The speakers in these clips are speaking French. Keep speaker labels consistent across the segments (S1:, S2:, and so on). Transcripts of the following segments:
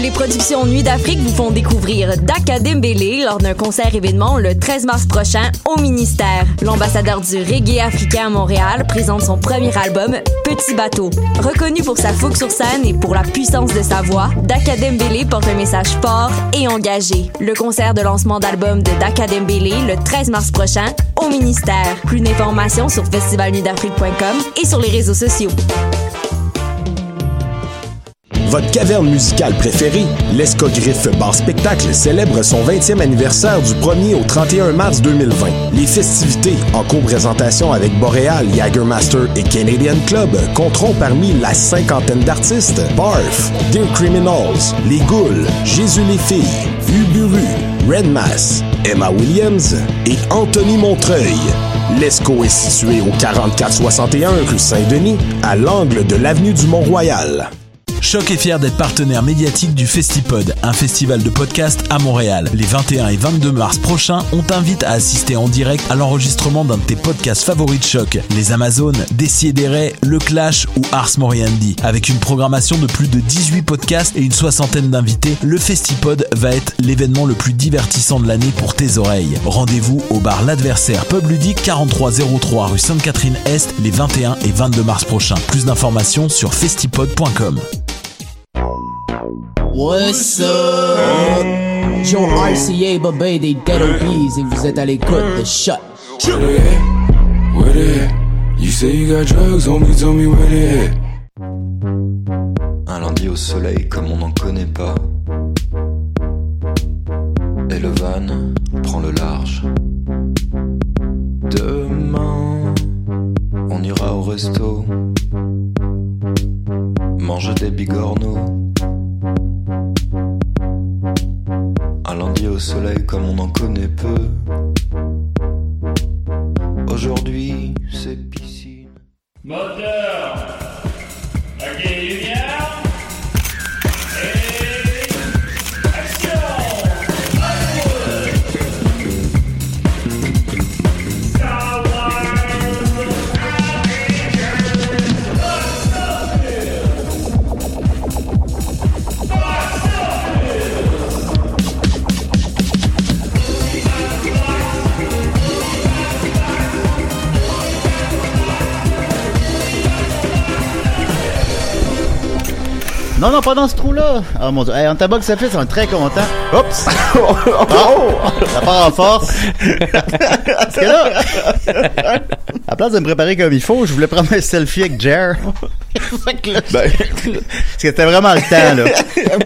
S1: Les productions Nuit d'Afrique vous font découvrir Daka Dembélé lors d'un concert événement le 13 mars prochain au ministère. L'ambassadeur du reggae africain à Montréal présente son premier album Petit bateau. Reconnu pour sa fougue sur scène et pour la puissance de sa voix, Daka Dembélé porte un message fort et engagé. Le concert de lancement d'album de Daka Dembélé le 13 mars prochain au ministère. Plus d'informations sur festivalnuitdafrique.com et sur les réseaux sociaux.
S2: Votre caverne musicale préférée, l'Escogriffe Bar Spectacle célèbre son 20e anniversaire du 1er au 31 mars 2020. Les festivités, en co-présentation avec Boréal, Jagermaster et Canadian Club, compteront parmi la cinquantaine d'artistes Barf, Dear Criminals, Les Goules, Jésus les Filles, Uburu, Red Mass, Emma Williams et Anthony Montreuil. L'ESCO est situé au 4461 rue Saint-Denis, à l'angle de l'avenue du Mont-Royal.
S3: Choc est fier d'être partenaire médiatique du Festipod, un festival de podcasts à Montréal. Les 21 et 22 mars prochains, on t'invite à assister en direct à l'enregistrement d'un de tes podcasts favoris de Choc, les Amazones, Décideret, Le Clash ou Ars Moriandi. Avec une programmation de plus de 18 podcasts et une soixantaine d'invités, le Festipod va être l'événement le plus divertissant de l'année pour tes oreilles. Rendez-vous au bar L'Adversaire, pub ludique 4303 rue Sainte-Catherine-Est les 21 et 22 mars prochains. Plus d'informations sur festipod.com.
S4: What's up? Yo, RCA, baby, they dead OBs et vous êtes à l'écoute de Shut.
S5: Where they at? Where they at? You say you got drugs, homie, tell me where they at?
S6: Un lundi au soleil comme on n'en connaît pas. Et le van prend le large. Demain, on ira au resto. Manger des bigorneaux. Un lundi au soleil comme on en connaît peu. Aujourd'hui, c'est piscine.
S7: Moteur Ok, lumière Et... Action
S8: Non, non, pas dans ce trou-là. Oh mon dieu. Hey, on tabac ça fait, on est très content. Oups. oh, ça part en force. Parce que là, à place de me préparer comme il faut, je voulais prendre un selfie avec Jer. Fait que là,
S9: Ben.
S8: Parce que c'était vraiment le temps, là.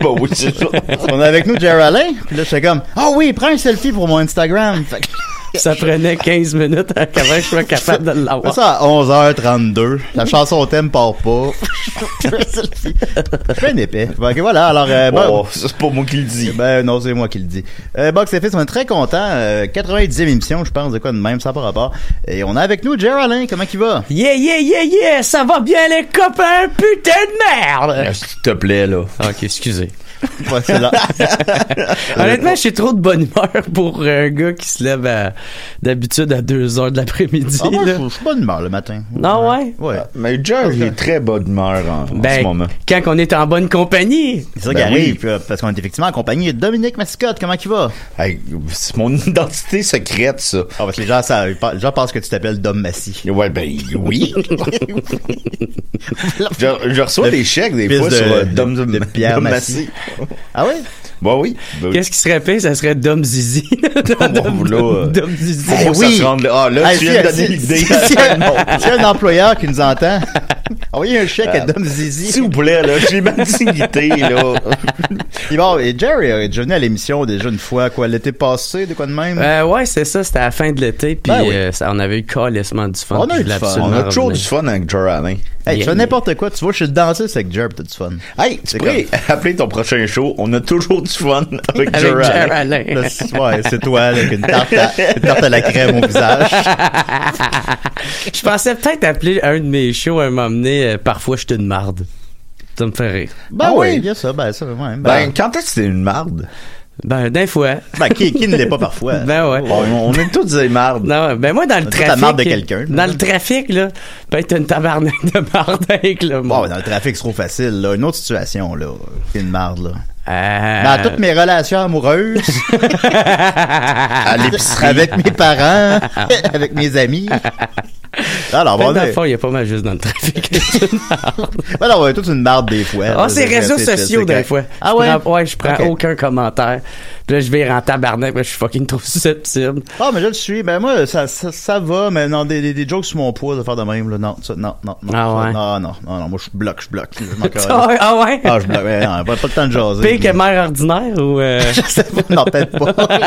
S9: bon, oui, c'est ça.
S8: On est avec nous, Jer Alain. Puis là, j'étais comme, oh oui, prends un selfie pour mon Instagram. Fait que-
S10: Ça prenait 15 minutes avant que je sois capable de l'avoir.
S8: Ça, à 11h32, la chanson au thème part pas. je fais un selfie. Je fais un épais. Fait que voilà, alors... euh, bon-
S9: Oh, ça, c'est pas moi qui le dis.
S8: Ben non, c'est moi qui le dis. Euh, Box Office, on est très content. 90e émission, je pense, de quoi de même, ça par rapport. Et on a avec nous Jerry Alain, comment il va?
S10: Yeah, yeah, yeah, yeah, ça va bien les copains, putain de merde!
S9: Ah, S'il te plaît, là.
S10: Ok, excusez.
S8: Ouais, c'est là.
S10: Honnêtement, j'ai trop de bonne humeur pour un gars qui se lève à- d'habitude à 2 heures de l'après-midi.
S8: Ah, moi,
S10: là.
S8: je je suis pas d'humeur le matin.
S10: non, ouais?
S8: Ouais.
S9: Mais Jer, il est très bonne humeur en, en ce
S10: Ben,
S9: moment.
S10: quand on est en bonne compagnie.
S8: C'est ça
S9: Ben
S8: qui arrive,
S9: oui.
S8: puis, euh, parce qu'on est effectivement accompagné de Dominique Mascotte, comment il va?
S9: Hey, c'est mon identité secrète, ça.
S8: Ah, parce que les gens, ça, ils pa- les gens pensent que tu t'appelles Dom Massy.
S9: Ouais, ben oui. je, je reçois
S8: Le
S9: des chèques des
S8: fils
S9: fois
S8: de-
S9: sur euh,
S8: de-
S9: Dom,
S8: de Pierre
S9: Dom
S8: Massy. Ah oui?
S9: Ben oui. Ben, oui. Oh,
S10: Qu'est-ce qui serait pire? Ça serait Dom Zizi. Dom, Dom-
S9: là, euh,
S10: Dom Zizi.
S9: Faut que ça se rende là. Ah, là,
S8: Ah,
S9: tu
S8: si-
S9: viens de
S8: si-
S9: donner l'idée.
S8: si- si- S'il y a un employeur qui nous entend,
S9: Envoyez un chèque à
S10: Ah.
S9: Dom Zizi.
S2: S'il vous plaît, là, j'ai ma dignité, là.
S9: Puis bon, et Jerry est déjà venu à l'émission déjà une fois, quoi, l'été passé, de quoi de même?
S10: Euh, ouais, c'est ça, c'était à la fin de l'été, puis
S9: Ben oui.
S10: euh, ça, on avait eu carrément du fun.
S9: On a
S10: puis
S9: eu
S10: je
S9: du
S10: voulais
S9: fun.
S10: absolument
S9: On a toujours
S10: revenir.
S9: du fun
S2: avec Jer Alain.
S9: Hey, tu
S2: Yeah.
S9: fais n'importe quoi, tu vois, je suis le dentiste avec Jerry, pis t'as du fun.
S2: Hey, tu pourrais appeler ton prochain show. On a toujours du fun avec,
S9: Avec
S2: Jer
S9: Jer
S2: Alain.
S9: Alain. Le- ouais, c'est toi, là, avec une tarte à- une tarte à la crème au visage.
S10: je pensais peut-être appeler un euh, de mes shows à m'emmener Parfois, je suis une marde. Ça me fait rire.
S9: Ben oui, bien sûr, ben ça, ouais. Ben,
S2: quand est-ce que c'est une marde?
S10: Ben, d'un fois.
S9: Ben, qui, qui ne l'est pas parfois?
S10: Ben ouais.
S2: on est tous des mardes.
S10: Non, ben moi, dans le
S9: On est tous la
S10: trafic.
S9: marde de quelqu'un.
S10: Dans le trafic, là, peut-être une tabarnak de marde avec le
S9: Bon, dans le trafic, c'est trop facile, là. Une autre situation, là. C'est une marde, là.
S10: Ah.
S9: Dans toutes mes relations amoureuses, à l'épicerie, avec mes parents, avec mes amis. Alors,
S10: Peut-être
S9: bon,
S10: Ben, dans le
S9: mais-
S10: fond, il n'y a pas mal juste dans le trafic.
S9: Ben non, on est toute une marde des fois.
S10: Ah,
S9: Là,
S10: c'est réseaux
S9: c'est-
S10: sociaux,
S9: c'est
S10: des
S9: correct.
S10: fois.
S9: Ah
S10: Je
S9: ouais?
S10: prends- ouais, je prends
S9: Ok.
S10: aucun commentaire. Puis là, je vais en tabarnak, mais je suis fucking trop susceptible.
S9: Ah, mais je le suis. Ben moi, ça, ça, ça va, mais non, des, des, des jokes sur mon poids, de faire de même, là. Non, ça, non, non, non.
S10: Ah
S9: ça,
S10: ouais.
S9: Non, non, non, non, moi, je bloque, je bloque. Je m'en
S10: Ah ouais,
S9: calisse.
S10: ah ouais?
S9: Ah, je bloque. Ben, non, pas, pas le temps de jaser.
S10: Pire que mère ordinaire ou. euh,
S9: non, peut-être pas. mais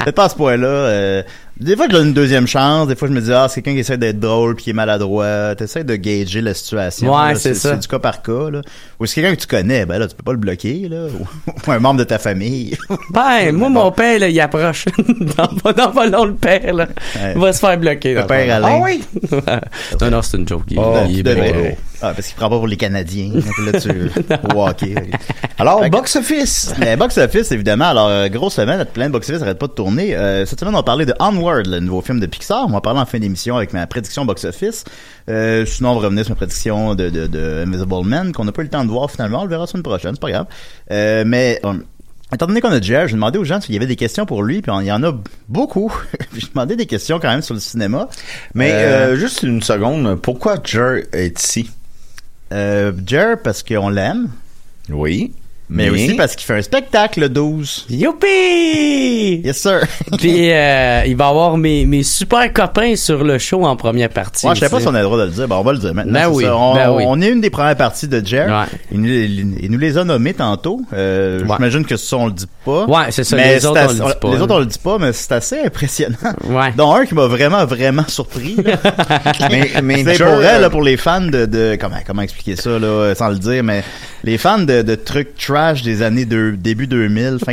S9: peut-être pas à ce point-là. euh, des fois, je donne une deuxième chance. Des fois, je me dis, ah, c'est quelqu'un qui essaie d'être drôle puis qui est maladroit. T'essaies de gager la situation.
S10: Ouais,
S9: là.
S10: c'est ça.
S9: C'est du cas par cas, là. Ou c'est quelqu'un que tu connais, ben là, tu peux pas le bloquer, là. Ou- Ou un membre de ta famille.
S10: Ben, moi, mon père, là, il approche. dans, pas- dans pas long, le père, là.
S9: Ouais.
S10: Il va se faire bloquer.
S9: Le
S10: dans
S9: père
S10: fond. Ah
S9: Alain.
S10: oui? non, non, c'est une joke. Il,
S9: Oh,
S10: il est
S9: tu devrais.
S10: bien drôle.
S9: Ah, parce qu'il prend pas pour les Canadiens. Donc là, tu. au hockey. Alors, box office. box office, évidemment. Alors, euh, grosse semaine, plein de box office arrête pas de tourner. Euh, cette semaine, on parlait de Onward, le nouveau film de Pixar. On va en parler en fin d'émission avec ma prédiction box office. Euh, sinon, on va revenir sur ma prédiction de, de, de Invisible Man qu'on n'a pas eu le temps de voir finalement. On le verra la semaine prochaine, c'est pas grave. Euh, mais. euh, Étant donné qu'on a Jerry, j'ai demandé aux gens s'il y avait des questions pour lui, puis on- il y en a beaucoup. j'ai demandé des questions quand même sur le cinéma.
S2: Mais euh, juste une seconde, pourquoi Jer est ici?
S9: Euh, Jer, parce qu'on l'aime.
S2: Oui.
S9: Mais, aussi parce qu'il fait un spectacle le 12.
S10: Youpi!
S9: Yes, sir!
S10: Puis, euh, il va avoir mes, mes super copains sur le show en première partie.
S9: Ouais, je sais pas
S10: aussi.
S9: si on a le droit de le dire. Bon, on va le dire maintenant.
S10: Ben
S9: c'est
S10: oui,
S9: ça. On,
S10: ben oui.
S9: on est une des premières parties de Jer. Il, nous, il- il nous les a nommés tantôt. Euh, J'imagine que ça, on le dit pas.
S10: Ouais, c'est ça,
S9: Mais
S10: les
S9: c'est
S10: autres, on
S9: assez-
S10: le dit pas,
S9: Les
S10: hein.
S9: autres, on le dit pas, mais c'est assez impressionnant. Dont un qui m'a vraiment, vraiment surpris. là.
S2: Mais- mais
S9: c'est
S2: Jer,
S9: pour elle,
S2: euh,
S9: là, pour les fans de, de- comment, comment expliquer ça, là, euh, sans le dire, mais les fans de, de trucs trash des années de, début 2000, fin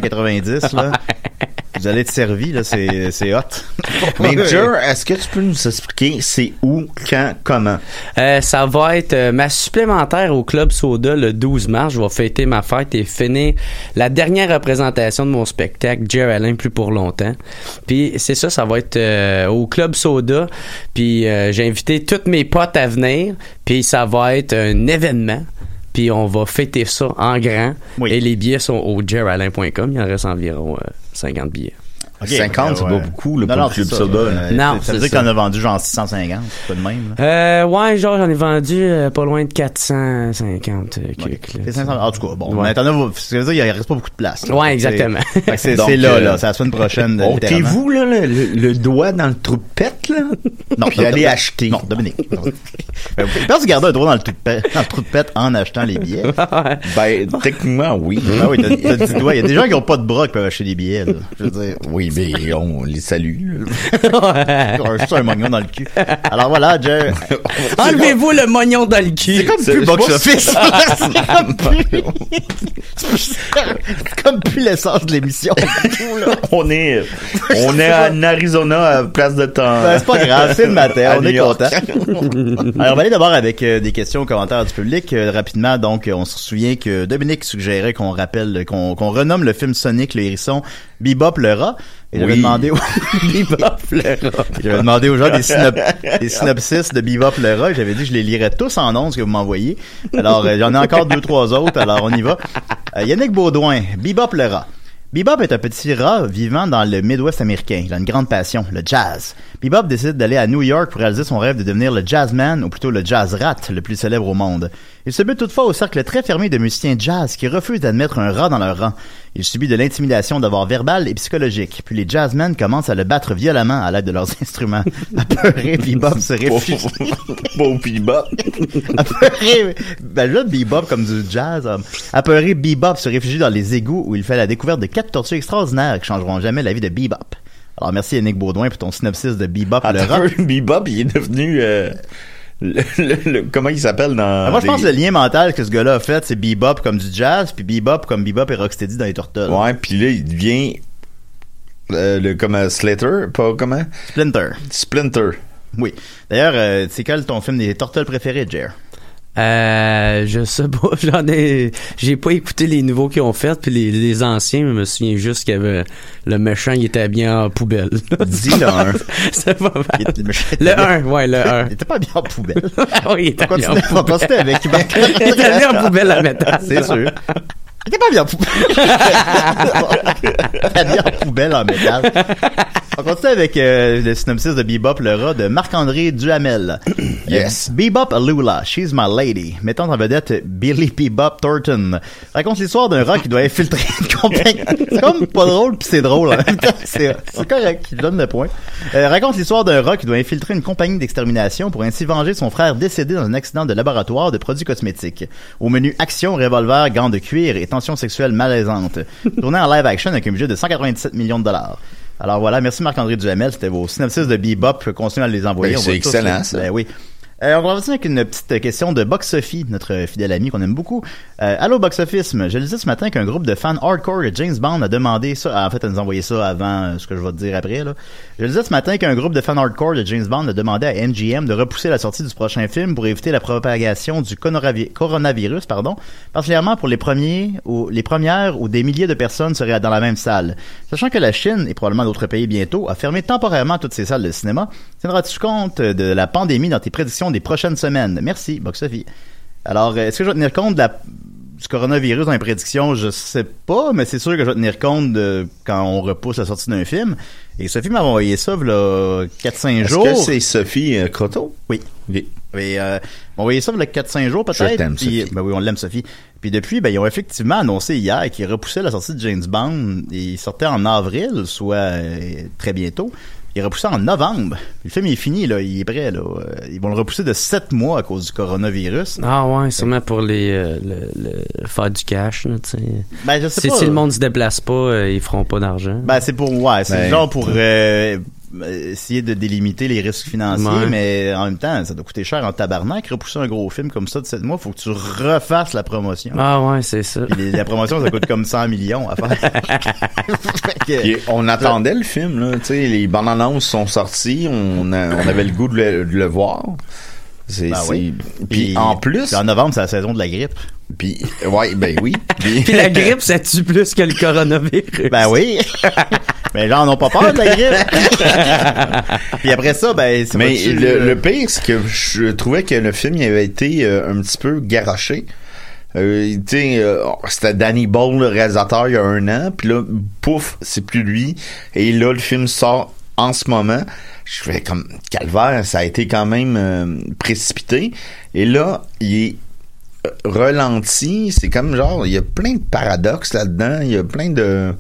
S9: 90, là. Vous allez être servi, là, c'est, c'est hot.
S2: Mais Jer, est-ce que tu peux nous expliquer c'est où, quand, comment?
S10: Euh, ça va être euh, ma supplémentaire au Club Soda le 12 mars. Je vais fêter ma fête et finir la dernière représentation de mon spectacle, Jerry Alain, plus pour longtemps. Puis c'est ça, ça va être euh, au Club Soda. Puis euh, j'ai invité tous mes potes à venir. Puis ça va être un événement. Puis on va fêter ça en grand. Et les billets sont au jerryalain.com. Il en reste environ euh, 50 billets.
S9: Ok. ben,
S2: 50, c'est
S9: Ouais.
S2: pas beaucoup là,
S9: Non,
S2: pour
S9: non,
S2: le club
S9: c'est ça.
S2: soda.
S9: Euh,
S10: Non,
S9: ça veut
S10: c'est
S9: dire que t'en
S10: ça.
S9: as vendu genre 650, c'est pas de même. là.
S10: Euh, ouais, genre, j'en ai vendu euh, pas loin de 450 euh, quelques, là.
S9: C'est 500. En tout cas, bon,
S10: Ouais.
S9: mais t'en as, ça veut dire qu'il reste pas beaucoup de place. là.
S10: Ouais,
S9: Fait que c'est-
S10: exactement.
S9: fait que C'est
S10: Donc,
S9: c'est là,
S10: euh,
S9: là, c'est la semaine prochaine. euh, littéralement.
S2: Ôtez-vous là, le, le- le doigt dans le trou de pète, là.
S9: Non,
S2: puis allez
S9: Dominique.
S2: acheter.
S9: Non, Dominique. Ben, vous pouvez pas se garder un doigt dans le, trou de pète- dans le trou de pète en achetant les billets.
S2: Ben, techniquement, oui.
S9: Ah oui, t'as t'as dit doigt. Il y a des gens qui ont pas de bras qui peuvent acheter des billets, là. Je veux dire.
S2: Oui, mais on les salue.
S9: Un- Juste un mognon dans le cul. Alors voilà, Jer.
S10: Enlevez-vous le mognon dans le cul. C'est
S9: comme plus box-office. C'est comme plus. C'est comme plus l'essence de l'émission.
S2: on est, on est en Arizona à place de temps.
S9: Ben, c'est pas grave, c'est le matin,
S2: À
S9: on
S2: New
S9: est
S2: York.
S9: content. Alors, on va aller d'abord avec euh, des questions, commentaires du public. Euh, rapidement, donc, euh, on se souvient que Dominique suggérait qu'on rappelle, euh, qu'on qu'on renomme le film Sonic le hérisson Bebop le rat. Et j'avais
S2: Oui.
S9: demandé, aux... Bebop le rat. J'avais demandé aux gens des, synop- des synopsis de Bebop le rat. J'avais dit que je les lirais tous en ondes que vous m'envoyez. Alors, euh, j'en ai encore deux, trois autres. Alors, on y va. Euh, Yannick Baudouin, Bebop le rat. Bebop est un petit rat vivant dans le Midwest américain. Il a une grande passion, le jazz.
S8: Puis Bob décide d'aller à New York pour réaliser son rêve de devenir le jazzman, ou plutôt le jazz rat, le plus célèbre au monde. Il se met toutefois au cercle très fermé de musiciens jazz qui refusent d'admettre un rat dans leur rang. Il subit de l'intimidation d'abord verbale et psychologique, puis les jazzmen commencent à le battre violemment à l'aide de leurs instruments. Apeuré, Bebop se réfugie.
S9: Pauvre Bebop.
S8: Apeuré, ben là, Bebop comme du jazz. hein. Apeuré, Bebop se réfugie dans les égouts où il fait la découverte de quatre tortues extraordinaires qui changeront jamais la vie de Bebop. Alors merci Yannick Baudouin pour ton synopsis de Bebop le rat.
S9: Ah, Bebop, il est devenu. euh, le- le- le- comment il s'appelle dans.
S8: Ah, moi, je pense que
S9: les-
S8: le lien mental que ce gars-là a fait, c'est bebop comme du jazz, puis bebop comme bebop et rocksteady dans les Turtles.
S9: Ouais, puis là, il devient. euh, le, comme euh, Slater, pas comment
S8: Splinter.
S9: Splinter.
S8: Oui. D'ailleurs, euh, c'est quel ton film des Turtles préféré, Jer?
S10: Euh, je sais pas, j'en ai, j'ai pas écouté les nouveaux qu'ils ont fait, puis les, les anciens, mais je me souviens juste qu'il y avait le méchant, il était bien en poubelle.
S8: Dis le un.
S10: C'est pas mal.
S8: était
S10: Le 1, ouais, le 1.
S8: Il était pas bien en poubelle.
S10: Ah oui, il était
S8: On
S10: bien en
S8: continue- on continue
S10: poubelle.
S8: avec Marc.
S10: Il était bien en poubelle à métal.
S8: C'est sûr. Il était pas bien en poubelle. Il était bien en poubelle en métal. On continue avec euh, le synopsis de Bebop le rat de Marc-André Duhamel.
S9: Yes.
S8: Euh, Bebop Lula, She's My Lady, mettant en vedette Billy Bebop Thornton, raconte l'histoire d'un rat qui doit infiltrer une compagnie. C'est comme pas drôle puis c'est drôle. en même temps. C'est c'est correct, je donne le point. Euh, raconte l'histoire d'un rat qui doit infiltrer une compagnie d'extermination pour ainsi venger son frère décédé dans un accident de laboratoire de produits cosmétiques. Au menu action, revolver, gants de cuir et tension sexuelle malaisante. Tourné en live action avec un budget de 197 millions de dollars. Alors voilà, merci Marc-André Duhamel, c'était vos synopsis de Bebop, continuez à les envoyer.
S9: Ben,
S8: on
S9: c'est
S8: va tous
S9: excellent,
S8: les-
S9: ça.
S8: Ben oui. Euh, on va revenir avec une petite question de Box Sophie, notre fidèle amie qu'on aime beaucoup. Euh, Allô Box Office, je lisais ce matin qu'un groupe de fans hardcore de James Bond a demandé ça. En fait, elle nous a envoyé ça avant euh, ce que je vais te dire après. Là. Je lisais ce matin qu'un groupe de fans hardcore de James Bond a demandé à MGM de repousser la sortie du prochain film pour éviter la propagation du conoravi- coronavirus, pardon, particulièrement pour les premiers ou les premières où des milliers de personnes seraient dans la même salle. Sachant que la Chine et probablement d'autres pays bientôt a fermé temporairement toutes ses salles de cinéma, tiendras-tu compte de la pandémie dans tes prédictions des prochaines semaines Merci, Box Sophie. Alors, euh, est-ce que je vais tenir compte de la- du coronavirus dans les prédictions Je sais pas, mais c'est sûr que je vais tenir compte de quand on repousse la sortie d'un film. Et Sophie m'a envoyé ça, voilà, 4-5
S9: Est-ce
S8: jours.
S9: que c'est Sophie euh, Croteau?
S8: Oui. Et, euh, on voyait ça le 4-5 jours peut-être.
S9: Je t'aime,
S8: puis- Ben oui, on l'aime, Sophie. Puis depuis, ben, ils ont effectivement annoncé hier qu'ils repoussaient la sortie de James Bond. Et il sortait en avril, soit euh, très bientôt. Ils repoussaient en novembre. Le film il est fini, là, il est prêt. Là. Euh, Ils vont le repousser de 7 mois à cause du coronavirus.
S10: Ah ouais, sûrement pour les euh, le- le- faire du cash, là, tu sais.
S8: Ben, je sais
S10: si,
S8: pas.
S10: si le monde se déplace pas, euh, ils feront pas d'argent.
S8: Ben, c'est pour, ouais, c'est
S10: Ben,
S8: genre pour euh, euh, essayer de délimiter les risques financiers,
S10: Ouais.
S8: mais en même temps, ça doit coûter cher en tabarnak. Repousser un gros film comme ça de 7 mois, faut que tu refasses la promotion.
S10: Ah ouais, c'est ça.
S8: Puis la promotion, ça coûte comme 100 millions à faire.
S9: Puis on attendait le film, là. Tu sais, les bandes annonces sont sorties, on, a- on avait le goût de le, de le voir. C'est,
S8: Ben
S9: c'est-
S8: oui.
S9: Puis en plus. En
S8: novembre, c'est la saison de la grippe.
S9: Puis, ouais, ben oui.
S10: Puis la grippe, ça tue plus que le coronavirus.
S8: Ben oui. Mais là, on n'a pas peur de la grippe. Puis après ça, ben, c'est
S9: Mais
S8: pas-tu,
S9: le,
S8: euh,
S9: le pire, c'est que je trouvais que le film il avait été euh, un petit peu garoché. Euh, tu sais, euh, c'était Danny Ball, le réalisateur, il y a un an, puis là, pouf, c'est plus lui. Et là, le film sort en ce moment. Je fais comme calvaire, ça a été quand même euh, précipité. Et là, il est euh, ralenti, c'est comme genre, il y a plein de paradoxes là-dedans, il y a plein de,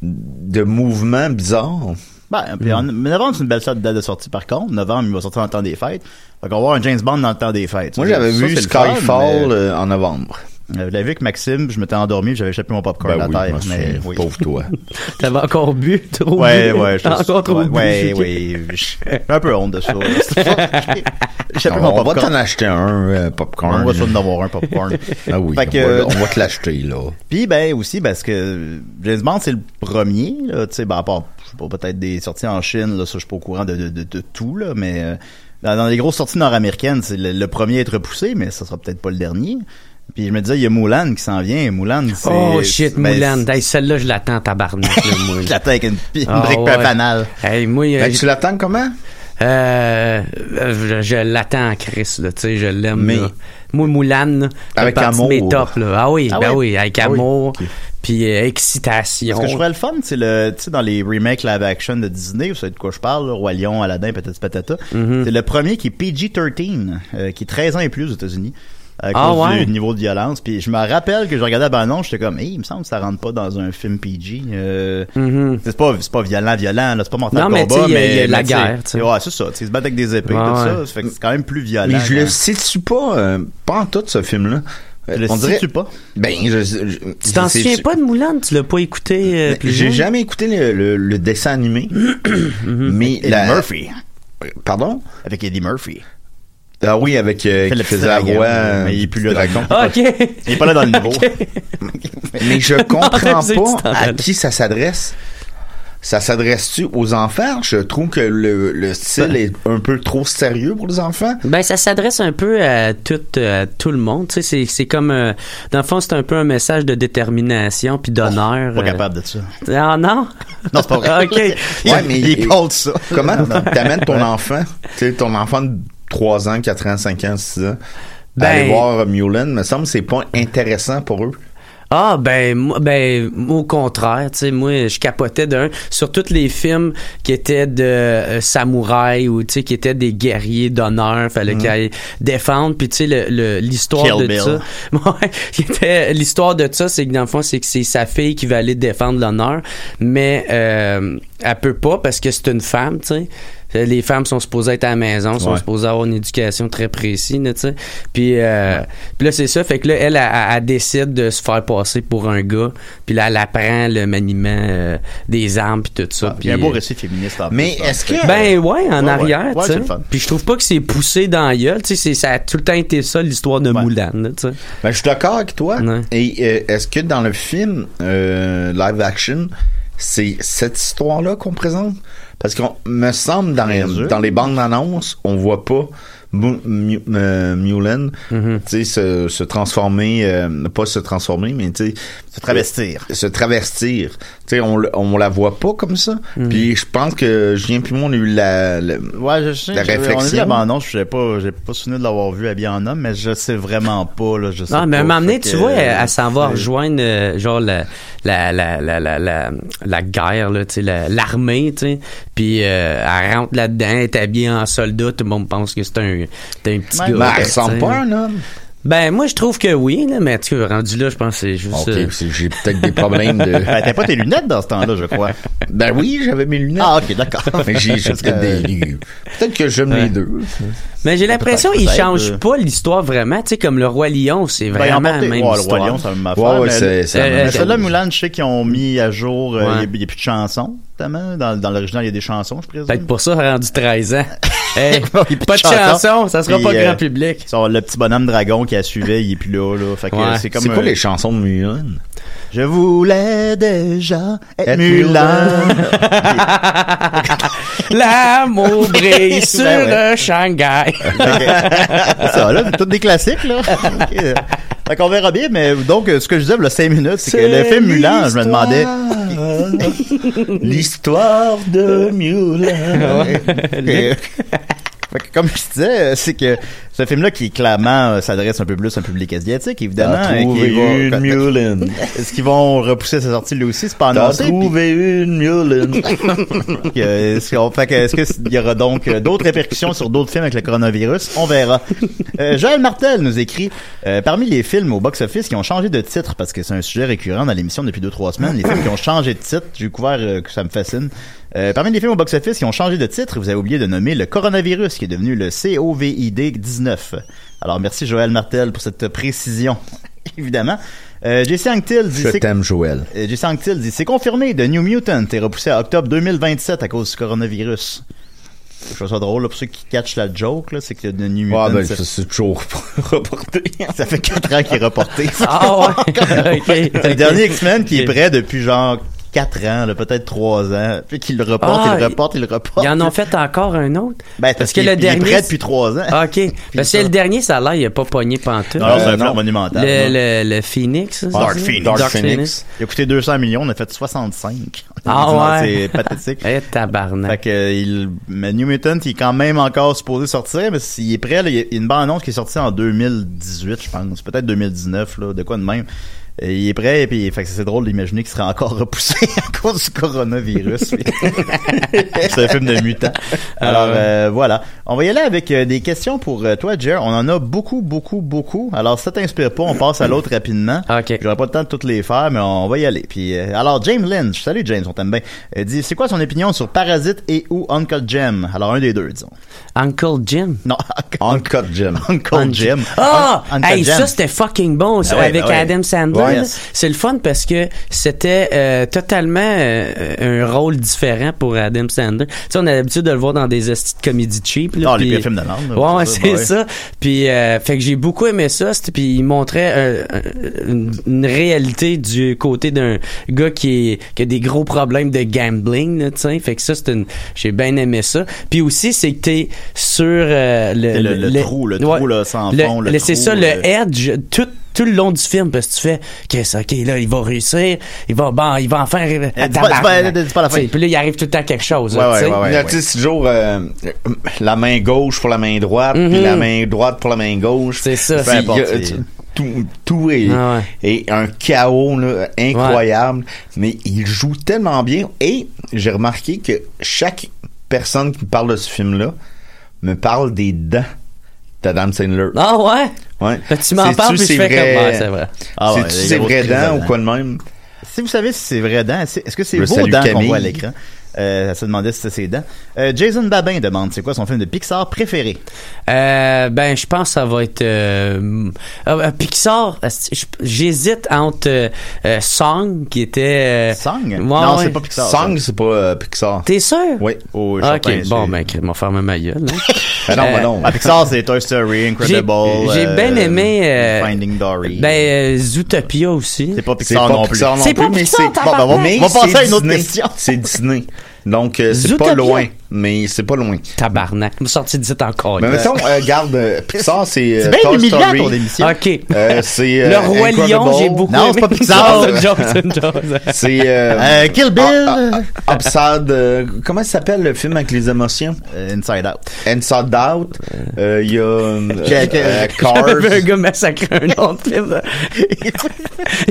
S9: de mouvements bizarres.
S8: Ben, puis en-
S9: Hmm.
S8: mais novembre, c'est une belle sorte de date de sortie par contre. Novembre, il va sortir dans le temps des fêtes. Fait qu'on va voir un James Bond dans le temps des fêtes.
S9: Moi,
S8: Ça,
S9: j'avais
S8: ça,
S9: vu
S8: c'est le fun,
S9: Skyfall
S8: mais-
S9: euh, en novembre.
S8: Euh, Vous l'avez vu avec Maxime, je m'étais endormi, puis j'avais échappé mon popcorn
S9: Ben
S8: à
S9: oui,
S8: la
S9: je
S8: terre.
S9: me
S8: Mais
S9: souviens.
S8: oui.
S9: Pauvre toi.
S10: T'avais encore bu, trop
S8: Ouais,
S10: bu.
S8: ouais, je
S10: T'as encore trop
S8: ouais,
S10: bu.
S8: ouais, ouais, j'ai un peu honte de ça. J'ai appelé
S9: On,
S8: mon
S9: on va
S8: popcorn.
S9: t'en acheter un euh, popcorn.
S8: On va sûrement en avoir un popcorn.
S9: ah oui,
S8: Fait
S9: on,
S8: que- euh,
S9: va, on va te l'acheter là.
S8: Puis ben aussi parce que James Bond c'est le premier là, tu sais ben, à part je sais pas, peut-être des sorties en Chine là, ça je suis pas au courant de, de, de, de tout là, mais euh, dans, dans les grosses sorties nord-américaines, c'est le, le premier à être repoussé mais ça sera peut-être pas le dernier. Puis je me disais il y a Moulin qui s'en vient, Moulin c'est
S10: Oh shit,
S8: c'est- ben,
S10: Moulin. Hey, Celle-là, je l'attends tabarnak, là, moi.
S8: Je l'attends avec une, une
S10: Ah,
S8: brique
S10: ouais.
S8: panale.
S10: Hey, moi,
S8: Fait que tu
S9: Ben, l'attends comment?
S10: Euh, euh, je, je l'attends en Chris, là, tu sais, je l'aime.
S9: Mais-
S10: là. Moi, Moulane,
S9: Avec amour.
S10: Mes tops, là. Ah oui,
S9: Ah
S10: ben
S9: ouais?
S10: oui, avec
S9: Ah oui,
S10: amour. puis euh, excitation.
S8: Ce que je trouvais le fun, c'est le, tu sais, dans les remakes live action de Disney, vous savez de quoi je parle, là, Roi Lion, Aladdin, Patati Patata.
S10: Mm-hmm.
S8: C'est le premier qui est PG-13, euh, qui est 13 ans et plus aux États-Unis. À
S10: Ah
S8: cause
S10: ouais?
S8: du niveau de violence. Puis je me rappelle que je regardais la bande-annonce, j'étais comme, hey, il me semble que ça rentre pas dans un film PG. Euh, C'est pas, c'est pas violent, violent, là, c'est pas mortal
S10: Mm-hmm. Non, mais
S8: combat,
S10: tu sais, il y a- il y a
S8: mais
S10: la
S8: tu sais,
S10: guerre, tu sais.
S8: Ouais, c'est ça. tu sais, Ils se battent avec des épées,
S9: Ouais,
S8: tout ça.
S9: ouais.
S8: ça fait que c'est quand même plus violent. hein.
S9: Mais je
S8: quand
S9: le
S8: même.
S9: sais-tu pas, euh, pas en tout ce film-là. Euh,
S8: le sais-tu pas?
S9: Ben, je, je- je-
S10: Tu t'en
S9: je sais-
S10: souviens pas de Moulin? Tu l'as pas écouté euh, plus
S9: J'ai
S10: jeune?
S9: jamais écouté le, le- le dessin animé. mais
S8: Eddie
S9: la-
S8: Murphy.
S9: Euh, Pardon?
S8: Avec Eddie Murphy.
S9: Ah oui, avec euh,
S8: Fait
S9: qui
S8: le petit
S9: faisait la
S8: dragon,
S9: voix,
S8: mais il est
S9: euh,
S8: plus
S9: du
S8: là.
S9: dragon.
S10: Ah, ok.
S8: Il est pas là dans le niveau.
S9: Mais je
S10: Non,
S9: comprends
S10: je sais que tu t'en
S9: pas à qui ça s'adresse. Ça s'adresse-tu aux enfants? Je trouve que le, le
S8: Ben.
S9: style est un peu trop sérieux pour les enfants.
S10: Ben, ça s'adresse un peu à tout, à tout le monde. Tu sais, c'est- c'est comme. euh, dans le fond, c'est un peu un message de détermination puis d'honneur.
S8: Pas
S10: euh.
S8: capable de ça.
S10: Ah non?
S8: Non, c'est pas vrai.
S9: Ah,
S10: OK.
S8: Ouais, mais il est contre ça.
S9: Comment
S8: Non, non.
S9: t'amènes ton
S8: Ouais.
S9: enfant, tu sais, ton enfant de 3 ans, 4 ans, 5 ans, 6 ans,
S10: Ben-
S9: à aller voir Mulan, me semble que c'est pas intéressant pour eux.
S10: Ah ben moi- ben au contraire, tu sais moi je capotais d'un sur tous les films qui étaient de euh, samouraï ou tu sais qui étaient des guerriers d'honneur, fallait qu'ils aillent défendre puis tu sais le- le- l'histoire de
S8: Mhm. Kill Bill.
S10: ça. Ouais, qui était- l'histoire de ça c'est que dans le fond c'est que c'est sa fille qui va aller défendre l'honneur, mais euh, elle peut pas parce que c'est une femme, tu sais. Les femmes sont supposées être à la maison, sont
S8: Ouais.
S10: supposées avoir une éducation très précise, là, tu sais. Puis, euh, puis là, c'est ça. Fait que là, elle, elle, elle- elle décide de se faire passer pour un gars. Puis là, elle apprend le maniement euh, des armes puis tout ça.
S8: Ah, Il y
S10: puis,
S8: a un beau
S10: euh,
S8: récit féministe en
S9: Mais
S8: plus, dans
S9: est-ce
S8: le
S9: que-
S8: film.
S10: ben ouais, en
S8: Ouais,
S10: arrière,
S8: ouais. Ouais,
S10: tu sais.
S8: c'est le fun.
S10: Puis je trouve pas que c'est poussé dans la gueule, tu sais, c'est- ça a tout le temps été ça l'histoire de Moulin, là, tu sais.
S9: Ben, je suis d'accord avec toi. Et euh, est-ce que dans le film euh, live action, c'est cette histoire-là qu'on présente? Parce qu'on me semble dans les,
S8: Bien sûr.
S9: dans les bandes d'annonces, on voit pas Mu- Mu- euh, Mulan
S8: Mm-hmm.
S9: tu sais, se, se transformer, euh, pas se transformer, mais tu sais, Euh,
S8: Se travestir.
S9: se travestir. Tu sais, on, le- on la voit pas comme ça.
S8: Mm-hmm.
S9: Puis je pense que Julien puis moi, on a eu la, ben, la-
S8: Ouais, je sais.
S9: la
S8: j'avais- On a vu
S9: réflexion.
S8: la bande-annonce, je sais pas, j'ai pas souvenu de l'avoir vu habillé en homme, mais je sais vraiment pas, là, je sais
S10: Non, Ah, mais à
S8: pas.
S10: un moment donné,
S8: Fait
S10: tu
S8: que-
S10: vois, elle, elle s'en va rejoindre euh, genre la, la, la, la, la, la, la guerre, là, tu sais, la- l'armée, tu sais. Puis euh, elle rentre là-dedans, elle est habillée en soldat, tout le monde pense que c'est un, c'est un petit gars.
S9: Ouais,
S8: Ben,
S9: mais
S10: là,
S9: elle ressemble
S10: tu sais.
S9: pas à
S8: hein?
S9: un homme.
S10: Ben, moi, je trouve que oui, là, mais tu sais, rendu là, je pense que c'est juste.
S9: Ok,
S10: euh,
S9: c'est- j'ai peut-être des problèmes de.
S8: Ben, t'as pas tes lunettes dans ce temps-là, je crois.
S9: Ben oui, j'avais mes lunettes.
S8: Ah, ok, d'accord.
S9: Mais j'ai j'ai
S8: Parce que- ben,
S9: peut-être des. Peut-être que j'aime les deux.
S10: Mais j'ai l'impression
S8: Peut-être,
S10: qu'ils
S8: peut-être,
S10: changent
S8: euh.
S10: pas l'histoire vraiment, tu sais, comme le Roi Lion, c'est
S8: Ben, ils ont
S10: vraiment la
S8: porté-
S10: même
S8: ouais, le
S10: histoire.
S8: Roi Lion, c'est la même affaire.
S9: Ouais, ouais,
S8: mais
S9: c'est-
S8: le-
S9: c'est la
S10: même
S8: mais
S10: chose.
S8: celui-là, Euh, Mulan, je sais qu'ils ont mis à jour, euh, il
S10: Ouais.
S8: n'y a, plus de chansons, notamment. Dans, dans l'original, il y a des chansons, je présume.
S10: Peut-être pour ça, rendu 13 ans. Hey,
S8: Il y a
S10: pas de chanson, ça sera
S8: Puis,
S10: pas
S8: euh,
S10: grand public.
S8: ça, le petit bonhomme dragon qui a suivi, il est plus là, là. Fait que
S10: Ouais.
S8: c'est comme.
S9: C'est
S8: un-
S9: quoi les chansons de Mulan?
S8: Je voulais déjà être
S9: Être
S8: Mulan.
S10: L'amour brille sur
S8: Ben ouais.
S10: le Shanghai.
S8: ça, là, c'est tous des classiques, là. Ok. Fait qu'on verra bien, mais donc, euh, ce que je disais, le 5 minutes, c'est que le film Mulan, je me demandais.
S9: L'histoire de Mulan.
S8: Ok. Fait que comme je disais, euh, c'est que ce film-là qui clairement euh, s'adresse un peu plus à un public asiatique, évidemment.
S9: T'as
S8: hein, qui
S9: trouvé
S8: va-
S9: une Mulan.
S8: Est-ce qu'ils vont repousser sa sortie lui aussi? C'est pas
S9: T'as
S8: annoncé. puis-
S9: trouvé une Mulan.
S8: Fait que, euh, Est-ce qu'on- fait que, est-ce qu'il y aura donc euh, d'autres répercussions sur d'autres films avec le coronavirus? On verra. Euh, Joël Martel nous écrit euh, Parmi les films au box-office qui ont changé de titre, parce que c'est un sujet récurrent dans l'émission depuis deux trois semaines, les films qui ont changé de titre, j'ai découvert euh, que ça me fascine. Euh, parmi les films au box-office qui ont changé de titre, vous avez oublié de nommer le coronavirus qui est devenu le COVID-19. Alors merci Joël Martel pour cette précision, évidemment. Euh, JC Anctil dit
S9: Je
S8: c'est-
S9: t'aime, Joël.
S8: euh, Jason Anctil dit C'est confirmé, The New Mutant est repoussé à octobre 2027 à cause du coronavirus. Je trouve ça drôle, là, pour ceux qui catchent la joke, là, c'est que The New Mutant.
S9: Ah ben,
S8: ça,
S9: ça, c'est toujours reporté.
S8: ça fait 4 ans qu'il est reporté.
S10: Ah ouais. ok.
S8: C'est le dernier X-Men qui est
S10: Ok.
S8: prêt depuis genre 4 ans, là, peut-être 3 ans. Puis qu'il le reporte,
S10: Ah,
S8: il le reporte, il le reporte.
S10: Ils en ont fait encore un autre.
S8: Ben,
S10: Parce que
S8: qu'il
S10: le
S8: est- il
S10: dernier,
S8: est prêt
S10: c'est-
S8: depuis 3 ans.
S10: Ah, OK. Parce que
S8: ça.
S10: le dernier, ça a l'air, il a pas pogné pantoute.
S8: Non, non, c'est
S9: Euh,
S8: un plan
S9: non.
S8: monumental.
S10: Le,
S8: non.
S10: le, le Phoenix. ça,
S8: Dark
S10: c'est ça?
S8: Phoenix.
S9: Dark Phoenix.
S8: Il a coûté 200 millions, on a fait 65.
S10: Ah ouais.
S8: C'est pathétique.
S10: Eh,
S8: Fait
S10: tabarnak.
S8: que euh, il, mais New Mutant il est quand même encore supposé sortir, mais s'il est prêt, là, il y a une bande annonce qui est sortie en 2018, je pense, peut-être 2019, là, de quoi de même. Et il est prêt, et puis fait que c'est drôle d'imaginer qu'il serait encore repoussé à cause du coronavirus. c'est un film de mutants. Alors euh, voilà, on va y aller avec euh, des questions pour euh, toi, Jer. On en a beaucoup, beaucoup, beaucoup. Alors si ça t'inspire pas, on passe à l'autre rapidement.
S10: Ok.
S8: J'aurai pas le temps de toutes les faire, mais on va y aller. Puis euh, alors James Lynch, salut James, on t'aime bien. Euh, dit c'est quoi son opinion sur Parasite et ou Uncle Jim Alors un des deux, disons.
S10: Uncle Jim?
S8: Non, Uncle Jim. Uncle
S10: Uncle-
S8: Jim.
S10: Ah!
S8: Un- Uncle
S10: Hey,
S8: Jim.
S10: ça, c'était fucking bon, ça,
S8: Ah ouais,
S10: avec
S8: ben ouais.
S10: Adam Sandler.
S8: Ouais.
S10: là. C'est le fun parce que c'était euh, totalement euh, un rôle différent pour Adam Sandler. Tu sais, on a l'habitude de le voir dans des hosties de comédie cheap. Là,
S8: Ah, les
S10: puis-
S8: pires films de merde, là,
S10: Ouais, ouais,
S8: c'est ça,
S10: c'est
S8: ben ouais.
S10: ça. Puis, euh, fait que j'ai beaucoup aimé ça. c'était- Puis, il montrait euh, une, une réalité du côté d'un gars qui, est, qui a des gros problèmes de gambling, là, tu sais. Fait que ça, c'est une... J'ai bien aimé ça. Puis aussi, c'est que t'es sur euh, le,
S8: C'est le- le trou, le trou, là, sans fond, le
S10: C'est
S8: trou, euh,
S10: ça,
S8: le-
S10: le edge tout, tout le long du film parce que tu fais qu'est-ce ok là il va réussir il va bon il va en faire euh,
S8: Eh, dis pas- dis pas- dis pas la fin.
S10: Tu sais, puis là il arrive tout le temps quelque chose
S9: Ouais,
S10: là,
S9: ouais,
S10: tu sais.
S9: ouais, ouais, Tu sais, c'est toujours euh, la main gauche pour la main droite,
S10: Mhm.
S9: puis la main droite pour la main gauche.
S10: C'est ça.
S9: Puis
S10: Peu importe,
S9: il y a-
S10: c'est-
S9: tu- tout, tout est, est un chaos là, incroyable, mais il joue tellement bien. Et j'ai remarqué que chaque personne qui me parle de ce film-là me parle des dents d'Adam Sandler.
S10: ah ouais
S9: Ouais.
S10: tu m'en
S9: Sais-tu
S10: parles, puis
S9: c'est
S10: je fais
S9: vrai-
S10: comme, ouais, c'est vrai.
S8: Ah ouais,
S9: Sais-tu
S8: les
S9: c'est
S8: grosses
S9: vrai
S8: crises
S9: dents
S8: de
S9: ou
S8: dents.
S9: quoi de même?
S8: Si vous savez si c'est vrai dents, c'est- est-ce que c'est
S9: Je
S8: vos
S9: salue
S8: dents qu'on
S9: Camille.
S8: voit à l'écran? Euh, ça demandait si c'est ses dents. Euh, Jason Babin demande c'est quoi son film de Pixar préféré?
S10: Euh, ben je pense que ça va être euh, ah, euh, Pixar asti, je- j'hésite entre euh, euh, Song qui était euh,
S8: Song
S10: ouais,
S9: non,
S10: ouais.
S9: c'est pas Pixar. Sang, c'est pas euh, Pixar.
S10: t'es sûr
S9: Oui.
S8: Oh, Chopin,
S10: ok bon ben crée- m'en ferme ma gueule hein.
S9: Ben non, ben non.
S8: Ah, Pixar, c'est Toy Story,
S10: J'ai
S8: Incredible.
S10: j'ai
S8: euh,
S10: bien aimé euh,
S8: Finding Dory.
S10: ben euh, Zootopia aussi
S8: c'est pas
S9: C'est
S8: Pixar
S9: pas
S8: non plus.
S9: Pixar non
S10: C'est
S9: plus,
S10: pas
S9: mais
S10: Pixar,
S9: c'est.
S10: t'as
S9: Bon,
S10: pas
S9: ben, bon,
S10: fait.
S9: mais
S8: On va passer
S9: c'est
S8: à une autre
S9: Disney.
S8: question.
S9: C'est Disney. Donc, euh, c'est
S10: Zootopia.
S9: pas loin, mais c'est pas loin.
S10: Tabarnak. Je me sorti de encore.
S9: Mais mettons, euh, garde, euh, Pixar, c'est. euh,
S8: C'est bien
S9: Toy
S8: humiliant
S9: Story.
S8: ton émission.
S10: OK.
S9: Euh, c'est. euh,
S10: le Roi Lion,
S9: Incredible.
S10: j'ai beaucoup
S8: Non,
S10: aimé.
S8: c'est pas Pixar.
S10: C'est une joke, c'est une joke.
S9: C'est. euh,
S8: Euh, Kill Bill,
S9: Ah, ah, ah, Upside. euh, comment ça s'appelle le film avec les émotions?
S8: euh, Inside Out.
S9: Inside Out. Euh, Il y a. euh,
S8: que-
S9: euh,
S10: J'avais
S9: Cars.
S10: vu un gars massacrer un autre film. Il,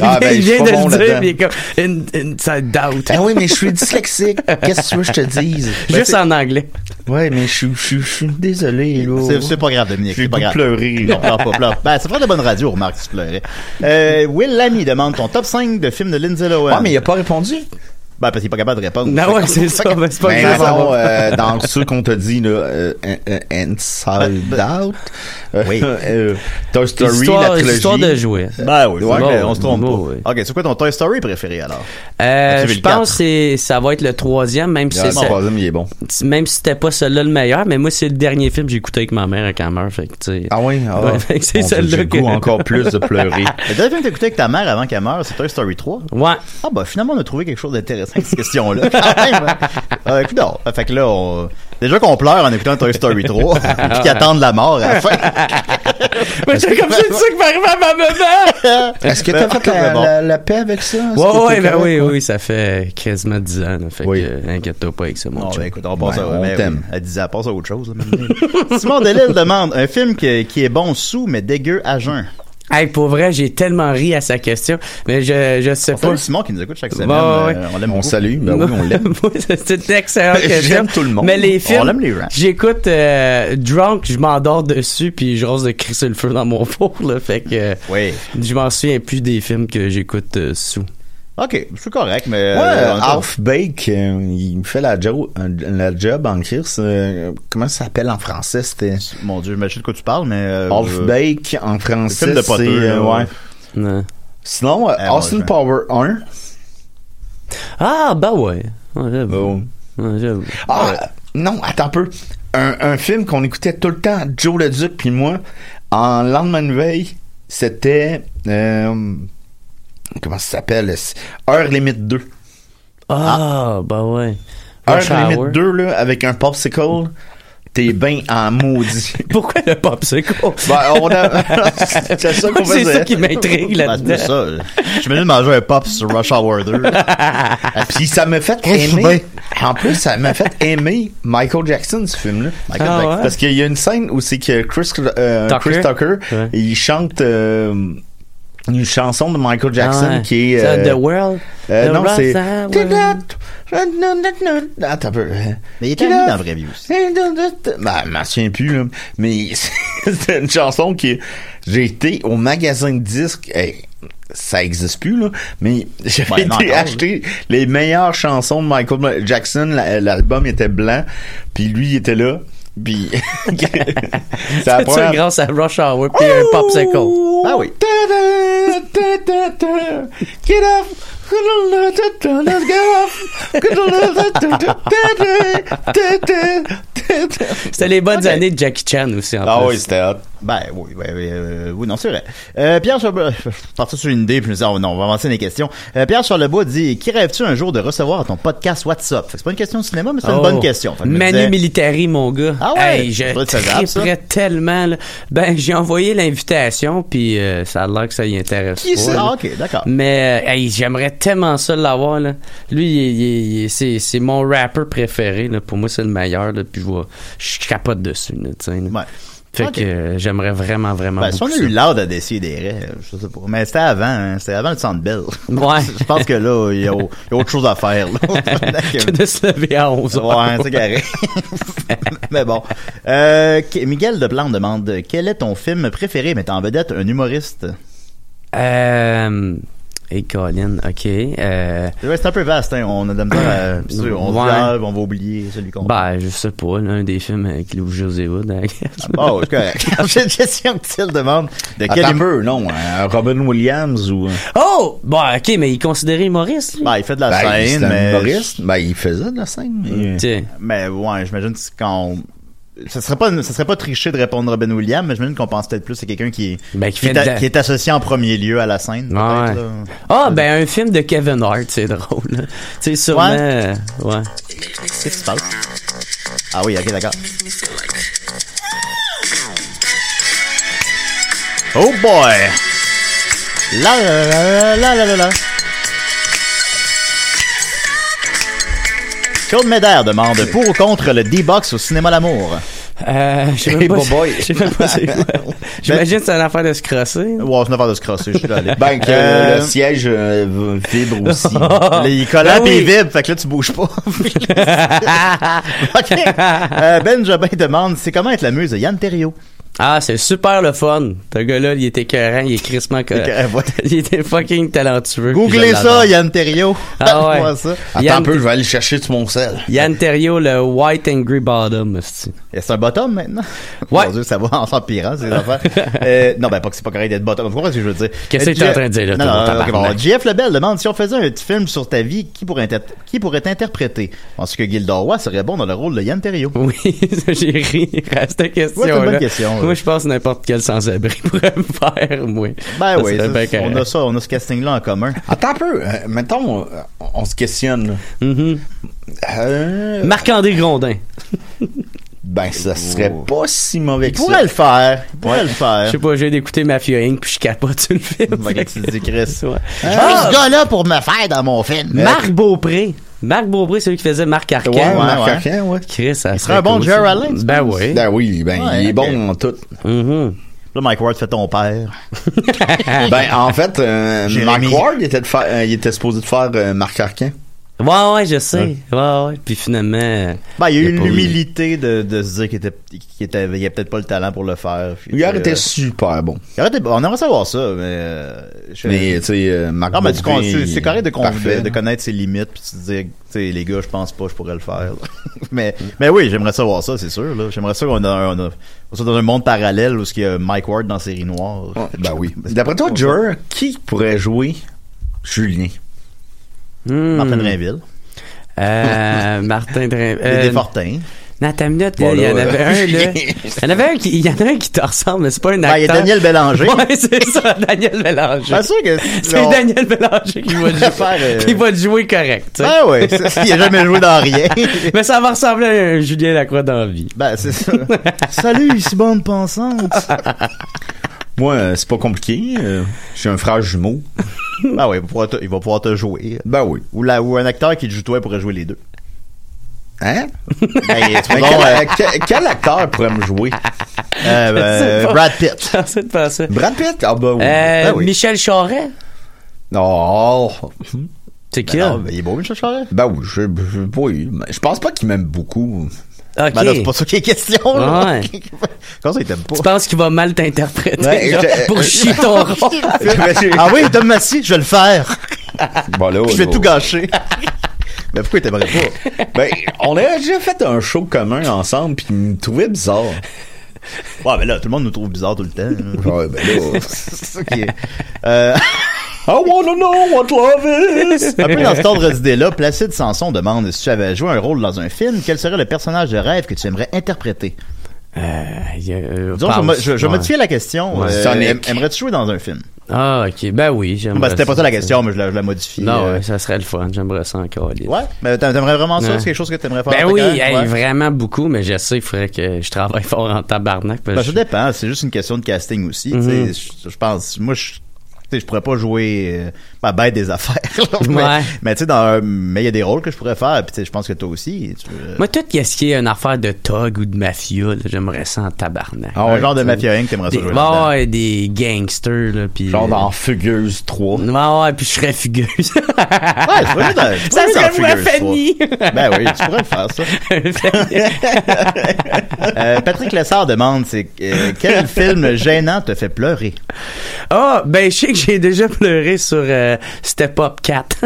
S9: Ah,
S10: il
S9: ben, je suis
S10: vient
S9: pas
S10: de
S9: bon
S10: le dire,
S9: là-dedans.
S10: puis il est comme une, une ça doubt.
S9: Ah oui, mais je suis dyslexique. Qu'est-ce que tu veux que je te dise? Ben,
S10: Juste
S9: c'est-
S10: en anglais.
S9: Ouais, mais je suis- je suis je suis désolé, là.
S8: C'est, c'est pas grave, Dominique.
S9: J'ai
S8: C'est pas
S9: le goût
S8: grave.
S9: de pleurer,
S8: Non, pleure pas, pleure. Ben, ça ferait de bonne radio, remarque, si tu pleurais. Euh, Will Lamy demande ton top 5 de films de Lindsay Lohan.
S9: Ah, mais il a pas répondu.
S8: Ben, parce qu'il est pas capable de répondre. Ben,
S10: Non, ouais, c'est ça, mais c'est pas
S9: Mais
S10: grave.
S9: non, euh, dans ce qu'on t'a dit, là, euh, euh, euh, Inside Out, euh,
S8: Ben, Oui.
S9: euh, Toy Story, la
S10: Histoire,
S9: trilogie.
S10: histoire de jouer.
S8: Ben oui,
S9: Ouais,
S8: c'est vrai,
S10: bon,
S8: on se trompe
S10: bon,
S8: pas.
S10: oui.
S8: Ok, c'est quoi ton Toy Story préféré alors?
S10: Euh,
S8: As-tu vu
S10: je
S8: le quatre?
S10: pense que c'est- ça va être le troisième, même si
S9: Ah,
S10: c'est
S9: mon
S10: ça-
S9: troisième, il est bon.
S10: même si c'était pas celui-là le meilleur, mais moi c'est le dernier film que j'ai écouté avec ma mère quand elle meurt, fait que tu sais.
S9: Ah oui, ah,
S10: Ouais, fait que c'est
S9: mon Dieu,
S10: celle-là
S9: j'ai le
S10: que-
S9: goût encore plus de pleurer.
S8: Le dernier film que t'as écouté avec ta mère avant qu'elle meure, c'est Toy Story 3.
S10: Ouais.
S9: Ben,
S8: Ah bah finalement on a trouvé quelque chose d'intéressant avec cette question-là. Quand même. Euh, écoute donc. Fait que là, on... déjà qu'on pleure en écoutant Toy Story 3, puis qu'ils attendent la mort à la fin.
S10: Mais c'est comme ça que ça qui va arriver à ma maman!
S9: Est-ce que t'as fait la, la- la paix avec ça? Est-ce que
S10: Ouais, ouais,
S9: t'es
S10: ben
S9: correct?
S10: oui, oui, ça fait quasiment 10 ans. là, fait
S9: Oui. Ah,
S10: que, euh, inquiète-toi pas avec ça, mon
S8: Non,
S10: chum.
S8: ben écoute, on passe
S9: Ouais,
S8: à,
S9: on
S8: ben,
S9: t'aime.
S8: oui, Elle disait, elle passe à autre chose. là, maintenant. Simon Delille demande un film que- qui est bon sous, mais dégueu à jeun.
S10: Hey, pour vrai, j'ai tellement ri à sa question, mais je, je sais
S8: On
S10: pas.
S8: salue Simon qui nous écoute chaque semaine.
S10: Ouais, ouais.
S8: euh, on l'aime
S9: Bah On
S8: beaucoup.
S9: salue, ben oui, on l'aime.
S10: Moi, c'est une excellente
S9: J'aime
S10: question.
S9: tout le monde.
S10: Mais les films,
S8: On aime les gens.
S10: j'écoute euh, Drunk, je m'endors dessus, puis je rose de crisser le feu dans mon four, là, fait que euh,
S8: Oui.
S10: je m'en souviens plus des films que j'écoute euh, sous.
S8: OK, c'est correct, mais...
S9: Ouais,
S8: euh, on-
S9: Half Bake, euh, il me fait la, jo- la job en Chris. euh, comment ça s'appelle en français? C'était
S8: Mon Dieu, mais je sais de quoi tu parles, mais... euh,
S9: Half
S8: euh,
S9: Bake en français.
S8: film de poteux,
S9: ben, c'est, euh,
S8: là, ouais.
S9: ouais.
S10: Non.
S9: Sinon, euh,
S8: Ah, bon,
S9: Austin
S8: je-
S9: Power 1.
S10: Ah, bah ouais. Ouais, j'avoue.
S9: Oh.
S10: Ouais, j'avoue.
S9: Ah, non, attends un peu. Un, un film qu'on écoutait tout le temps, Joe le Duc puis moi, en lendemain de veille, c'était. euh, comment ça s'appelle c'est- Heure Limite 2.
S10: Ah, bah ouais.
S9: Heure
S10: Rush Hour.
S9: Limite 2, là, avec un popsicle, t'es bien en maudit.
S10: Pourquoi le popsicle?
S9: ben, on a. c'est ça qu'on
S10: c'est
S9: faisait.
S10: ça qui m'intrigue
S8: ben, c'est
S10: là-dedans.
S8: ça. euh, Je me dis de manger un pop sur Rush Hour 2.
S9: Ah, Puis ça m'a fait
S8: ben.
S9: aimer. En plus, ça m'a fait aimer Michael Jackson, ce film-là.
S8: Michael
S10: Ah,
S8: Jackson.
S10: ouais?
S9: Parce qu'il y a une scène où c'est que Chris, euh,
S10: Tucker.
S9: Chris Tucker,
S10: Ouais.
S9: il chante. euh, une chanson de Michael Jackson
S10: Ah ouais.
S9: qui est.
S10: Ça, The World?
S9: euh,
S10: The
S9: non,
S10: Rock,
S9: c'est.
S10: ça, Ah,
S9: Attends un peu.
S10: hein.
S8: Mais il était ami dans la vraie vie aussi.
S9: Ben, je m'en souviens plus, là. Mais c'était une chanson qui. J'ai été au magasin de disques. Hey, ça existe plus, là. Mais j'avais
S8: Ouais,
S9: été
S8: non, encore,
S9: acheter les meilleures chansons de Michael Jackson. La- L'album était blanc. Puis lui, il était là. Puis. C'est la
S10: C'est ça
S9: première-
S10: grâce à Rush Hour puis un popsicle.
S9: Ah oui. Get up. Let's get up.
S10: C'était les bonnes années de Jackie Chan aussi,
S8: Ah
S10: en plus.
S9: hot.
S8: Ben oui, oui, oui, euh, oui non, c'est vrai. Euh, Pierre Charlebois, je suis parti sur une idée, puis je me disais, oh non, on va avancer les questions. Euh, Pierre Charlebois dit, qui rêves-tu un jour de recevoir à ton podcast WhatsApp? Fait que c'est pas une question de cinéma, mais c'est une
S10: Oh.
S8: bonne question. Fait que je me
S10: Manu
S8: disais-
S10: Militari, mon gars.
S8: Ah ouais?
S10: Hey, je
S8: Ça doit être faisable, ça.
S10: triperais tellement. là. Ben, j'ai envoyé l'invitation, puis euh, ça a l'air que ça y intéresse
S8: Qui
S10: pas,
S8: c'est?
S10: là.
S8: Ah, ok, d'accord.
S10: Mais euh, hey, j'aimerais tellement ça l'avoir. Là. Lui, il est- il est- il est- c'est, c'est mon rapper préféré. Là. Pour moi, c'est le meilleur. Là. Puis je, vois- je capote dessus. Là, tu sais, là. Fait
S8: Ok.
S10: que euh, j'aimerais vraiment, vraiment.
S8: Ben, si on a
S10: beaucoup
S8: eu
S10: ça.
S8: l'art de décider des rêves, je sais pas. Mais c'était avant, hein, c'était avant le centre Bell.
S10: Ouais.
S8: je pense que là, il y, a au- il y a autre chose à faire. Là.
S10: que de se lever à 11 heures.
S8: Ouais, c'est carré. mais bon. Euh, K- Miguel Deplan demande quel est ton film préféré mettant en vedette un humoriste
S10: Euh, hey, Colin, OK. Euh,
S8: Ouais, C'est un peu vaste, hein. on a de la misère à- puis sûr, on se
S10: Ouais.
S8: lève, on va oublier celui qu'on.
S10: ben, je sais pas, là, un des films avec Lou José hein. Wood. I guess.
S8: Oh, c'est correct. Christian Petit demande de quel
S9: Attends un
S8: hum-
S9: peu, Ah, non. hein, Robin Williams ou.
S10: Oh! Bon, OK, mais il est considéré humoriste, lui?
S8: Ben, il fait de la
S9: Ben,
S8: scène,
S9: c'est un
S8: mais.
S9: humoriste. Ben, il faisait de la scène. mais-
S10: Tiens.
S8: Mais ouais, j'imagine que c'est quand on- ça serait pas ça serait pas tricher de répondre Robin Williams, mais j'imagine qu'on pense peut-être plus à quelqu'un qui,
S10: Ben, qui
S8: qui,
S10: fait
S8: est a-
S10: de la-
S8: qui est associé en premier lieu à la scène. peut-être,
S10: Ouais.
S8: là.
S10: Ah, ben un film de Kevin Hart, c'est drôle. là. Tu sais, sûrement.
S8: Ouais.
S10: euh, Ouais.
S8: Qu'est-ce qui se passe Ah oui, ok, d'accord. Oh boy La la la la la la la Claude Médère demande pour ou contre le D-Box au cinéma L'Amour
S10: Euh, je sais même
S8: Hey,
S10: pas.
S8: boy,
S10: si-
S8: boy.
S10: je sais
S8: Ben,
S10: même pas c'est quoi. J'imagine que c'est une affaire de se crosser.
S8: Ouais, c'est une affaire de se crosser, je suis là. allé.
S9: Ben, que
S8: Euh,
S9: le siège euh, vibre aussi.
S8: Là, il est collant
S9: Ben
S8: pis il
S9: oui.
S8: vibre, fait que là, tu bouges pas. OK. Euh, ben Jobin demande, c'est comment être la muse de Yann Terriot?
S10: Ah, c'est super le fun. Ce gars-là, il était écœurant, il est crissement co- Il était fucking talentueux. puis
S8: Euh, Googlez
S10: je l'adore.
S8: ça, Yann Terriot.
S10: Ah ouais.
S8: Faites-moi ça.
S10: Attends Yann- un peu,
S9: je vais aller chercher sur mon sel.
S10: Yann Terriot, le White Angry Bottom. esti.
S8: Et C'est un bottom maintenant?
S10: Ouais.
S8: Mon Dieu, ça va en s'empirant, ces affaires. Euh, non, ben, pas que c'est pas correct d'être bottom. Vous comprenez ce que je veux dire?
S10: Qu'est-ce que
S8: Euh,
S10: t'es en
S8: Jeff-
S10: train de dire, là,
S8: Non,
S10: toi,
S8: non,
S10: mon
S8: non, ok,
S10: tabarnak?
S8: bon, Jeff Lebel demande si on faisait un petit film sur ta vie, qui pourrait, interpr- qui pourrait t'interpréter? Je pense que Gilda Roy serait bon dans le rôle de Yann Terriot.
S10: Oui, j'ai ri à cette question.
S8: Ouais, c'est une bonne question, ouais.
S10: Moi, je pense que n'importe quel sans-abri pourrait me faire, moi.
S8: Ben
S10: Ça serait
S8: oui, ça,
S10: bien
S8: on
S10: correct.
S8: a ça, on a ce casting-là en commun.
S9: Attends un peu. euh, mettons, euh, on se questionne. là.
S8: Mm-hmm.
S9: Euh,
S10: Marc-André Grondin.
S8: Euh.
S9: ben, ça serait pas si mauvais
S8: Il
S9: que
S8: pourrait
S9: ça.
S8: le faire. Il pourrait le faire.
S10: Je sais pas, j'ai d'écouter Mafia Inc. puis je capote sur le film.
S8: Fait que tu te dis, Chris.
S10: Ouais.
S8: Je veux ce gars-là pour me faire dans mon film.
S10: Ah! Marc Beaupré. Marc Beaupré, celui qui faisait Marc Arcan.
S9: Ouais, Marc
S8: ouais.
S9: Arcan, ouais.
S10: Chris, ça
S8: serait un bon
S10: cool,
S8: Jerry
S10: ça.
S8: Allen, tu
S10: Ben
S8: penses?
S10: oui.
S9: Ben oui, ben,
S8: Ouais,
S9: il est
S8: ok.
S9: bon en tout.
S10: Mhm.
S8: Euh, Là, Mike Ward fait ton père.
S9: Ben, en fait, euh,
S8: Jérémy.
S9: Mark Ward, il était, de faire- euh, il était supposé de faire euh, Marc Arcan.
S10: Ouais, ouais, je sais. Ouais, ouais. Puis finalement. euh,
S8: Ben, il y a
S10: a
S8: eu
S10: pas eu.
S8: l'humilité de, de se dire qu'il était, qu'il était, il avait peut-être pas le talent pour le faire. Puis,
S9: Il
S8: euh,
S9: aurait été super bon.
S8: il aurait été bon. on aimerait savoir ça, mais. euh, je-
S9: Mais, tu sais, euh, Marc
S8: non, mais tu
S9: Beaupré,
S8: con- c'est c'est correct de, con-
S9: parfait.
S8: de, de connaître ses limites puis de se dire, tu sais, les gars, je pense pas, que je pourrais le faire. mais,
S9: Mm.
S8: mais oui, j'aimerais savoir ça, c'est sûr. là. J'aimerais ça qu'on a, un- on a- on soit dans un monde parallèle où il y a Mike Ward dans Série Noire.
S9: Ouais, Ben oui. D'après toi, Jer, qui pourrait jouer Julien?
S10: hmm.
S8: Martin Rainville,
S10: Euh, Martin Drin.
S8: les
S10: Euh,
S8: Desfortins.
S10: Nathan Minute,
S9: Bon,
S10: il y
S9: là,
S10: en avait
S9: euh,
S10: un, là. Il y en avait un qui, il y en a un qui te ressemble, mais c'est pas un
S8: Ben, il y a
S10: acteur.
S8: Daniel Bélanger. Ah,
S10: Ouais, c'est ça, Daniel Bélanger.
S8: Pas sûr que
S10: C'est
S8: on-
S10: Daniel Bélanger qui va le jouer,
S8: Faire, euh,
S10: qui va le jouer correct, tu sais.
S8: Ben oui, c'est- il a jamais joué dans rien.
S10: Mais ça va ressembler à un Julien Lacroix dans la vie.
S8: ben c'est ça. Salut, ici bonne pensante.
S9: Moi, euh, c'est pas compliqué. euh, je suis un frère jumeau.
S8: Ben oui, il va pouvoir te, il va pouvoir te jouer.
S9: Ben oui.
S8: Ou, la, ou un acteur qui te joue toi pourrait jouer les deux.
S9: Hein?
S8: Ben, il est
S9: Mais
S8: bon,
S9: Hein? quel,
S8: euh,
S9: quel- quel acteur pourrait me jouer? Euh, euh,
S10: pas-
S9: Brad Pitt.
S10: J'essaie de penser.
S9: Brad Pitt? Ah, bah oui.
S10: Euh,
S9: Ben oui.
S10: Michel Charret?
S9: Oh!
S10: C'est
S8: Ben
S10: qui,
S9: là? Il est beau, Michel Charest? Ben oui, je, je, oui, mais je pense pas qu'il m'aime beaucoup.
S10: Ok.
S9: Ben là, c'est pas ça qui est question, là.
S10: Ouais.
S9: Comment ça, il t'aime pas?
S10: Tu penses qu'il va mal t'interpréter
S9: Ouais,
S10: genre,
S9: je-
S10: pour
S9: euh,
S10: chier ton rôle?
S8: ah oui, Tom Massy, je vais le faire.
S9: Ben, Bon, là,
S8: Je vais
S9: là,
S8: tout gâcher.
S9: Ben pourquoi il t'aimerait pas? ben, on a déjà fait un show commun ensemble, puis il me trouvait bizarre.
S8: Ouais, Ah, mais là, tout le monde nous trouve bizarre tout le temps.
S9: Ouais, ben là.
S8: c'est ça qui est. Euh,
S9: I wanna know what love is!
S8: un peu dans cet ordre d'idée-là, Placide Sanson demande si tu avais joué un rôle dans un film, quel serait le personnage de rêve que tu aimerais interpréter?
S10: Euh, il y a- euh,
S8: Disons, je vais mo-
S10: pense,
S8: je, je vais
S10: ouais.
S8: modifier la question.
S10: Ouais.
S8: Euh,
S10: Sonic.
S8: aim- Aimerais-tu jouer dans un film?
S10: Ah, ok. Ben oui, j'aimerais
S8: Ben, c'était pas ça la
S10: ça.
S8: question, mais je la, je la modifie.
S10: Non,
S8: Euh,
S10: ouais, ça serait le fun. J'aimerais ça encore. Alice.
S8: Ouais, mais t'a- t'aimerais vraiment ça?
S10: Ouais.
S8: C'est quelque chose que t'aimerais faire?
S10: Ben
S8: en
S10: oui,
S8: carrière?
S10: hey,
S8: Ouais.
S10: vraiment beaucoup, mais je sais, il faudrait que je travaille fort en tabarnak. parce
S8: Ben,
S10: que
S8: ça dépend. C'est juste une question de casting aussi. tu
S10: Euh, Mhm.
S8: sais, Je je pense, moi, je, tu sais, je pourrais pas jouer euh, ma bête des affaires. là, mais-
S10: Ouais.
S8: Mais tu sais, dans un- mais il y a des rôles que je pourrais faire. Puis tu sais, je pense que toi aussi. tu- euh,
S10: Moi, tout ce qui est une affaire de thug ou de mafia, là, j'aimerais ça en tabarnak.
S8: Ah ouais, genre de mafia que t'aimerais ça
S10: des,
S8: jouer
S10: ouais,
S8: là-dedans.
S10: ouais, des gangsters, là, puis...
S9: Genre dans
S10: euh,
S9: Fugueuse 3.
S10: Ouais, ouais, puis je serais fugueuse.
S8: Ouais, tu pourrais jouer dans- tu pourrais
S10: Ça
S8: jouer
S10: serait
S8: dans
S10: moi,
S8: Fugueuse,
S10: Fanny!
S8: toi. Ben oui, tu pourrais faire ça. Euh, Patrick Lessard demande, c'est euh, quel film gênant te fait pleurer?
S10: Ah, ben, je sais que j'ai déjà pleuré sur euh, Step Up 4.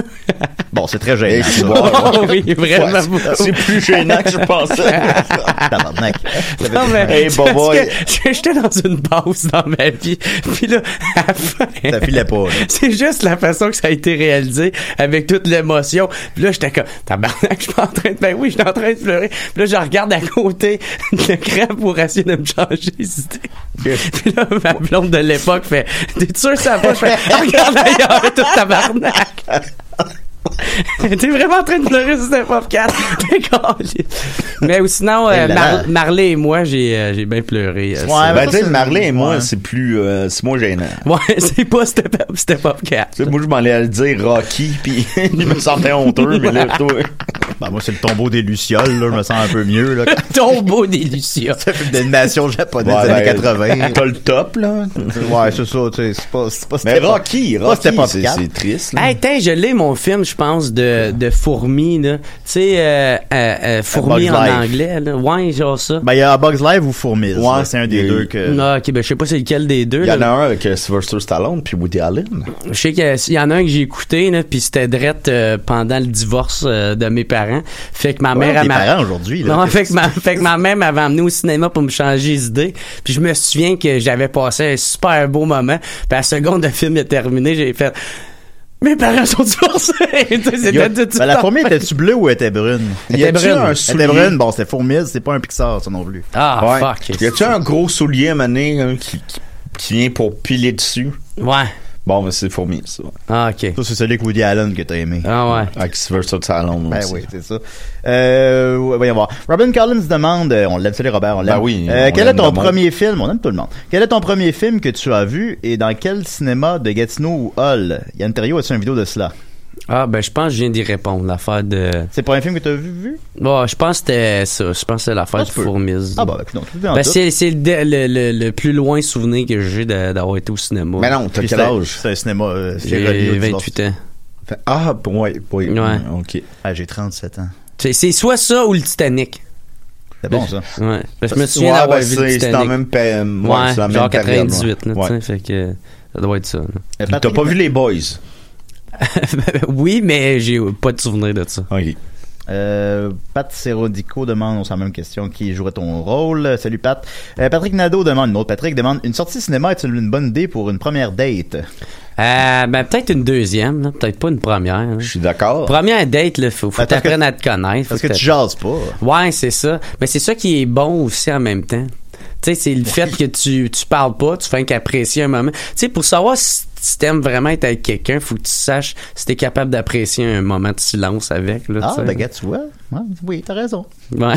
S8: Bon, c'est très gênant.
S9: Et-
S8: ça.
S10: Oh, oui, vraiment.
S9: Ouais, c'est- c'est plus gênant que je pensais.
S8: Tabarnak.
S10: Non, mais
S9: Hey,
S10: c'est parce
S9: boy, boy.
S10: que j'étais dans une pause dans ma vie. Puis là, à la fin,
S8: Ça filait pas, là.
S10: c'est juste la façon que ça a été réalisé avec toute l'émotion. Puis là, j'étais comme, tabarnak, je suis pas en train de, ben oui, je suis en train de pleurer. Puis là, je regarde à côté le crêpe pour essayer de me changer les idées. Puis là, ma blonde de l'époque fait, t'es sûr que ça va? Je fais, Ah, regarde ailleurs, tout tabarnak. T'es vraiment en train de pleurer sur un podcast. T'es calé. Mais ou sinon, euh,
S8: Hey là
S10: Mar-
S8: là.
S10: Marley et moi, j'ai euh, j'ai bien pleuré. euh,
S8: Ouais,
S9: ben,
S8: ça,
S9: tu sais,
S8: c'est-
S9: le Marley et moi,
S8: ouais.
S9: c'est plus, euh, c'est moins gênant.
S10: c'est- ouais, c'est pas Step Up, step up 4.
S9: Tu sais, moi, je m'en allais le dire Rocky, puis il me sentait honteux, mais là, toi,
S8: Ben, moi, c'est le tombeau des Lucioles, là. Je me sens un peu mieux, là.
S10: Tombeau des Lucioles.
S8: C'est un film d'animation japonaise
S9: Ouais,
S8: des années
S9: ben,
S8: 80.
S9: t'as le top, là.
S8: Ouais, c'est ça, tu sais, c'est pas, c'est pas
S9: Mais
S8: c'était pas-
S9: Rocky,
S8: pas
S9: Rocky,
S8: c'était pas
S9: c'est
S8: quatre.
S9: c'est triste, là.
S10: Hey, t'es, je l'ai mon film, je pense, de, de fourmis, là. Tu sais, euh, euh, euh, fourmis
S8: Bug's
S10: en
S8: Life.
S10: anglais, là. Ouais, genre ça.
S8: Ben, il y a Bugs Live ou Fourmis.
S9: Ouais,
S8: Ouais, c'est un des
S9: il-
S8: deux que.
S10: Ah, ok, ben, je sais pas c'est lequel des deux.
S9: Il y en a
S10: là.
S9: un avec euh, Sylvester Stallone puis Woody Allen.
S10: Je sais qu'il y en a un que j'ai écouté, là, puis c'était drette euh, pendant le divorce euh, de mes parents. Fait que ma
S8: Ouais,
S10: mère,
S8: tes
S10: elle m'a-
S8: parents aujourd'hui, là.
S10: Non, fait que, ma, fait que ma mère m'avait emmené au cinéma pour me changer les idées. Puis je me souviens que j'avais passé un super beau moment. Puis à la seconde, le film est terminé, j'ai fait Mes parents sont divorcés! Tu sais,
S8: Il y a-
S10: C'était tout de suite
S8: ben, la
S10: en-
S8: fourmi était-tu bleue ou était brune?
S10: Il y a-tu
S8: Était brune.
S10: un
S8: Elle était brune, bon, c'était Fourmis, c'est pas un Pixar, ça non plus.
S10: Ah, fuck.
S9: Y a-tu un gros soulier à maner hein, qui, qui, qui vient pour piler dessus?
S10: Ouais.
S9: Bon, mais c'est fourmi, ça.
S10: Ah, ok.
S8: Ça, c'est celui que Woody Allen que t'as aimé.
S10: Ah, ouais.
S9: Avec Sylvester Stallone.
S8: Ben
S9: aussi.
S8: oui, c'est ça. Euh, ouais, voyons voir. Robin Collins demande, euh, on l'aime, salut Robert, on l'aime.
S9: Ben oui,
S8: Euh,
S9: on
S8: quel est
S9: l'aime
S8: ton
S9: le monde.
S8: premier film? On aime tout le monde. Quel est ton premier film que tu as vu et dans quel cinéma de Gatineau ou Hall? Yann Terriot a-tu une vidéo de cela?
S10: Ah, ben, je pense que je viens d'y répondre. L'affaire de.
S8: C'est le premier film que tu as vu? vu?
S10: Bon, je pense que c'était ça. Je pense que c'était l'affaire
S8: Ah,
S10: de
S8: tu peux.
S10: Fourmise.
S8: Ah, bah, ben, écoute, non, tout est en
S10: Ben,
S8: tout.
S10: c'est c'est le, dé- le, le, le plus loin souvenir que j'ai de- d'avoir été au cinéma.
S9: Mais non, t'as
S8: Puis
S9: quel
S8: c'est-
S9: âge?
S8: C'est un cinéma. euh, c'est relié au
S10: J'ai
S8: divorce.
S10: 28 ans.
S9: Fait- Ah, bon, ouais, oui. mm,
S10: Ouais.
S9: Ok.
S8: Ah, j'ai 37 ans.
S10: C'est- C'est soit ça ou le Titanic.
S8: C'est bon, ça.
S10: Ouais. Ben, je me
S9: Ouais,
S10: souviens d'avoir
S9: ben,
S10: vu le
S9: c'est- c'est
S10: Titanic.
S9: dans la même, pa-
S10: ouais,
S9: ouais, c'est dans la
S10: genre
S9: même période,
S10: 98, là,
S9: ouais. Ouais.
S10: tu sais, fait que euh, ça doit être ça. là.
S8: Euh,
S9: T'as
S8: Patrick-
S9: pas vu les boys?
S10: oui, mais j'ai pas de souvenir de ça.
S9: Ok.
S8: Euh, Pat Serodico demande, on s'en même question, qui jouerait ton rôle. Euh, Salut Pat. Euh, Patrick Nadeau demande, une autre Patrick demande, une sortie cinéma est-elle une bonne idée pour une première date?
S10: Euh, ben, peut-être une deuxième, là, peut-être pas une première. là.
S9: Je suis d'accord.
S10: Première date, là, faut, faut
S8: Ben, parce que-
S10: t'apprendre à te connaître. faut
S8: Parce que
S10: t'a-
S8: tu jases pas.
S10: Ouais, c'est ça. Mais c'est ça qui est bon aussi en même temps. Tu sais, c'est le fait que tu, tu parles pas, tu fais qu'apprécier un moment. Tu sais, pour savoir si, si t'aimes vraiment être avec quelqu'un, faut que tu saches si t'es capable d'apprécier un moment de silence avec. Là,
S8: Ah,
S10: tu sais.
S8: ben, gars, tu vois. Ouais, oui, t'as raison.
S10: Ouais.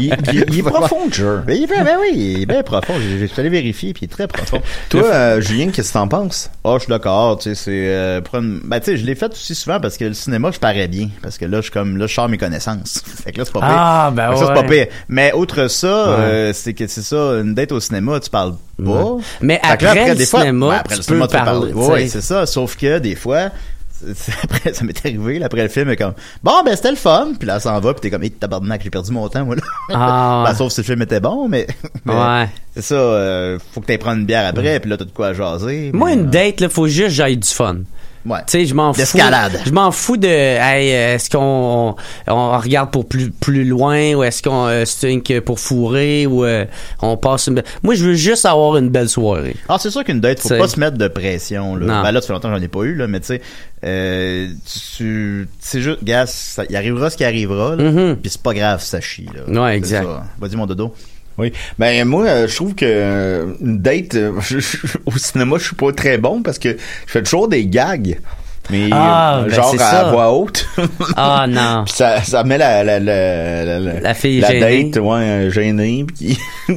S8: il, il- il est
S9: Va
S8: profond,
S9: voir.
S8: le jeu. Ben, il est bien- ben oui, il est bien profond. Je, je suis allé vérifier, puis il est très profond.
S9: Toi, euh, Julien, qu'est-ce que t'en penses?
S8: Ah, je suis d'accord, tu sais, c'est euh, prendre- ben, tu sais, je l'ai fait aussi souvent parce que le cinéma, je parais bien parce que là je suis comme là je sors mes connaissances. fait que là c'est pas pire.
S10: Ah, ben
S8: Fait que ça, c'est pas
S10: ouais.
S8: pire. Mais outre ça,
S10: Ouais.
S8: euh, c'est que c'est ça une date au cinéma, tu parles pas.
S10: Ouais. Mais
S8: Fait que là,
S10: après le
S8: des fois,
S10: cinéma,
S8: ben, après
S10: tu
S8: le cinéma,
S10: peux
S8: tu peux
S10: parler,
S8: parler. Ouais,
S10: tu sais.
S8: c'est ça, sauf que des fois c'est- c'est- après, ça m'est arrivé, là, après le film, est comme Bon, ben c'était le fun, puis là, elle s'en va, puis t'es comme, hé, tabarnak, j'ai perdu mon temps, moi, là.
S10: Ah, ouais.
S8: Ben, sauf si le film était bon, mais. mais
S10: Ouais.
S8: C'est ça, euh, faut que t'ailles prendre une bière après, puis là, t'as de quoi jaser.
S10: Moi, une date, là, faut juste que j'aille du fun.
S8: Ouais.
S10: Tu sais, je m'en fous.
S8: D'escalade.
S10: Je m'en fous de. Hey, euh, est-ce qu'on on, on regarde pour plus, plus loin ou est-ce qu'on euh, stink pour fourrer ou euh, on passe une. be- Moi, je veux juste avoir une belle soirée.
S8: Ah, c'est sûr qu'une date, faut
S10: T'sais.
S8: pas se mettre de pression. Là.
S10: Non.
S8: Ben là, ça fait longtemps que j'en ai pas eu, là, mais tu sais, euh, tu, c'est juste, gars, ça- il arrivera ce qui arrivera, là, puis c'est pas grave, ça chie. Là.
S10: Mm-hmm. Ouais,
S8: C'est
S10: exact.
S8: ça. Vas-y, mon dodo.
S9: Oui. Ben moi, euh, je trouve que euh, une date euh, je- je- au cinéma, je suis pas très bon parce que je fais toujours des gags. Mais
S10: Ah,
S9: euh,
S10: ben,
S9: genre à
S10: c'est ça.
S9: voix haute.
S10: Ah, non.
S9: Puis ça, ça met la la la la, la,
S10: La fille
S9: la
S10: gênée.
S9: date ouais euh, gênée puis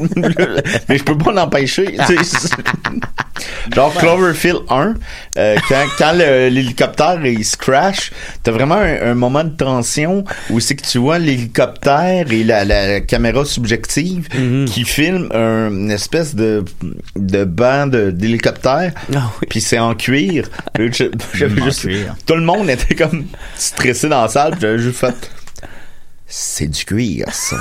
S9: mais je peux pas l'empêcher tu sais, c'est- genre Cloverfield 1 euh, quand quand le- l'hélicoptère il se crash t'as vraiment un, un moment de tension où c'est que tu vois l'hélicoptère et la, la caméra subjective
S10: Mm-hmm.
S9: qui filme un- une espèce de de banc de- d'hélicoptère
S8: Ah
S9: puis c'est en cuir Puis je- j'avais
S8: En
S9: juste-
S8: cuir.
S9: tout le monde était comme stressé dans la salle, puis j'avais juste fait. C'est du cuir, ça.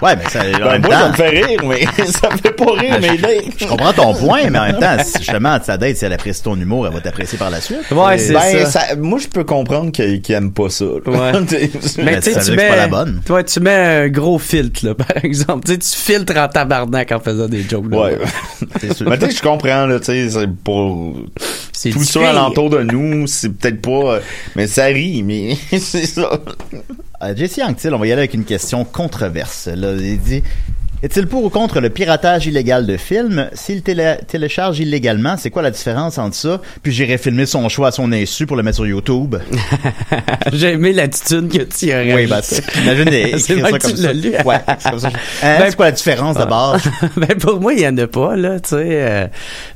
S8: Ouais, mais ça, en
S9: Ben,
S8: même
S9: moi, ça
S8: temps,
S9: me fait rire, mais ça me fait pas rire, mais là.
S8: je comprends ton point, mais en même temps, si, justement, ta date, si elle apprécie ton humour, elle va t'apprécier par la suite.
S10: Ouais, c'est
S9: Ben,
S10: ça.
S9: ça- Moi, je peux comprendre qu'ils qu'ils aiment pas ça.
S10: Ouais. Ben,
S8: Mais ça veut dire que c'est pas la bonne.
S10: Toi, tu mets un gros filtre, là, par exemple. Tu sais, tu filtres en tabarnak en faisant des jokes. là.
S9: Ouais.
S8: C'est sûr.
S9: Mais tu sais, je comprends, là, tu sais, c'est pour.
S10: C'est
S9: Tout
S10: du
S9: ça
S10: cuir.
S9: alentour de nous, c'est peut-être pas. euh, Mais ça rit, mais c'est ça.
S8: Euh, Jesse Anctil, on va y aller avec une question controverse. Là, il dit Est-il pour ou contre le piratage illégal de films S'il télé- télécharge illégalement, c'est quoi la différence entre ça Puis j'irai filmer son choix à son insu pour le mettre sur YouTube.
S10: J'ai aimé l'attitude que tu y as
S8: oui,
S10: rajoutée.
S8: bah, c'est- imagine écrire
S10: C'est vrai
S8: ça
S10: que tu
S8: comme ça.
S10: l'as lu.
S8: Ouais, c'est comme ça. Hein,
S10: Ben,
S8: c'est quoi la différence d'abord
S10: ben pour moi, il n'y en a pas, là, tu sais. euh,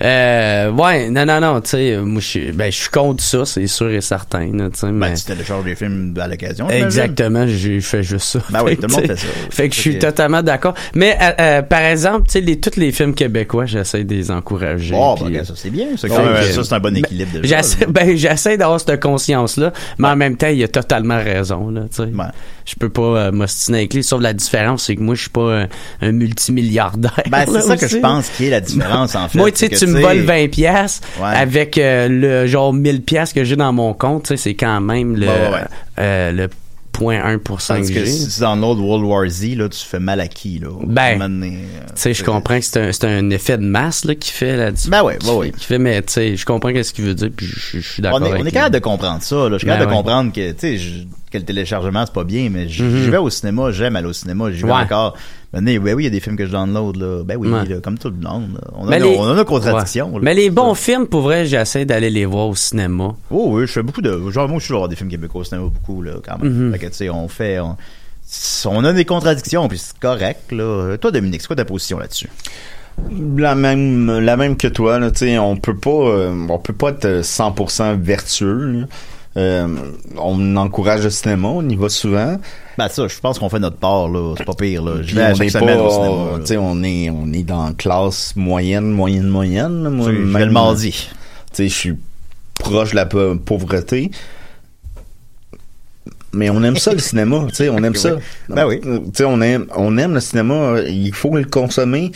S10: euh, ouais, non, non, non, tu sais, moi, je suis- ben, je suis contre ça, c'est sûr et certain, là, tu sais, mais...
S8: Ben, tu télécharges des films à l'occasion. j'imagine.
S10: Exactement, j'ai fait juste ça.
S8: Ben oui,
S10: Fait
S8: tout le monde
S10: que,
S8: fait
S10: tu sais,
S8: ça.
S10: Fait que je suis
S8: Ok.
S10: totalement d'accord. Mais euh, euh, par exemple, tu sais, les, tous les films québécois, j'essaie de les encourager.
S8: Oh, ben,
S10: puis, euh,
S8: regarde, ça c'est bien. Ça,
S10: Fait
S8: quand même,
S10: que-
S8: ça, c'est un bon équilibre
S10: ben,
S8: déjà.
S10: j'essaie- ben, j'essaie d'avoir cette conscience-là, mais en même temps, il a totalement raison. Là, tu sais. Je peux pas euh, m'ostiner avec lui, sauf la différence, c'est que moi, je suis pas un, un multimilliardaire.
S8: Ben, c'est
S10: là,
S8: ça que je
S10: aussi.
S8: pense qui est la différence, en fait.
S10: Moi, tu sais,
S8: c'est que,
S10: tu me
S8: sais,
S10: voles 20 pièces
S8: Ouais.
S10: avec euh, le genre 1000 pièces que j'ai dans mon compte, tu sais, c'est quand même le,
S8: Bah, Ouais, ouais, ouais.
S10: euh, le 0.1%
S8: Tandis
S10: que
S8: que
S10: j'ai.
S8: si tu downloads World War Z, là, tu fais mal à qui, là?
S10: Ben,
S8: À un moment donné, euh,
S10: Tu sais, je comprends que c'est un, c'est un effet de masse là, qui fait la différence.
S8: Ben ouais, ben ouais.
S10: Qui fait, mais tu sais, je comprends qu'est-ce qu'il veut dire, puis je je- je suis d'accord.
S8: On est,
S10: avec
S8: on est
S10: lui.
S8: capable de comprendre ça, là. Je suis
S10: Ben
S8: capable de
S10: ouais.
S8: comprendre que, tu sais, je- que le téléchargement, c'est pas bien, mais j-
S10: Mhm.
S8: j'y vais au cinéma, j'aime aller au cinéma, j'y vais
S10: Ouais.
S8: encore. Ben, ben oui, il y a des films que je download, là. Ben oui,
S10: Ouais.
S8: là, comme tout le monde. là. On a,
S10: Mais
S8: nos,
S10: les-
S8: on a nos contradictions,
S10: Ouais.
S8: là.
S10: Mais les bons films, pour vrai, j'essaie d'aller les voir au cinéma.
S8: Oh oui, je fais beaucoup de. Genre, moi, je suis voir des films québécois au cinéma beaucoup, là, quand même.
S10: Mhm.
S8: Fait que, tu sais, on fait. On, on a des contradictions, puis c'est correct, là. Toi, Dominique, c'est quoi ta position là-dessus?
S9: la même la même que toi là tu sais on peut pas euh, on peut pas être 100% vertueux là. Euh, on encourage le cinéma on y va souvent
S8: Ben, ça, je pense qu'on fait notre part, là. C'est pas pire, là. Je
S9: Puis
S8: vais à
S9: on
S8: chaque
S9: est
S8: semaine
S9: pas
S8: au cinéma.
S9: tu
S8: là.
S9: sais on est on est dans classe moyenne moyenne moyenne là, moi
S8: Tu sais, je vais
S9: même, euh,
S8: le mardi.
S9: tu sais je suis proche de la pau- pauvreté mais on aime ça le cinéma, tu sais, on aime
S8: Oui.
S9: ça.
S8: Ben oui.
S9: Tu sais, on aime, on aime le cinéma, euh, il faut le consommer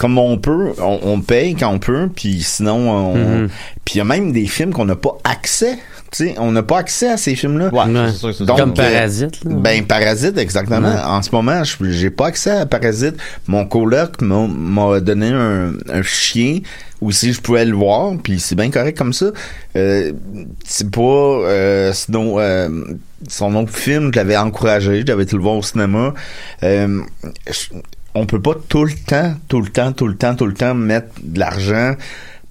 S9: comme on peut, on, on paye quand on peut, puis sinon on,
S10: Mhm.
S9: puis il y a même des films qu'on n'a pas accès, tu sais, on n'a pas accès à ces films-là.
S10: Ouais.
S8: sûr que c'est
S9: Donc,
S10: Comme
S9: euh,
S10: Parasite. là.
S9: Ben Parasite exactement.
S10: Ouais.
S9: En ce moment, je- j'ai pas accès à Parasite. Mon coloc m'a- m'a donné un, un chien ou si je pouvais le voir, puis c'est bien correct comme ça. Euh, c'est pas euh, sinon euh, son autre film, je l'avais encouragé, j'avais été le voir au cinéma. Euh, je- on peut pas tout le temps, tout le temps, tout le temps, tout le temps mettre de l'argent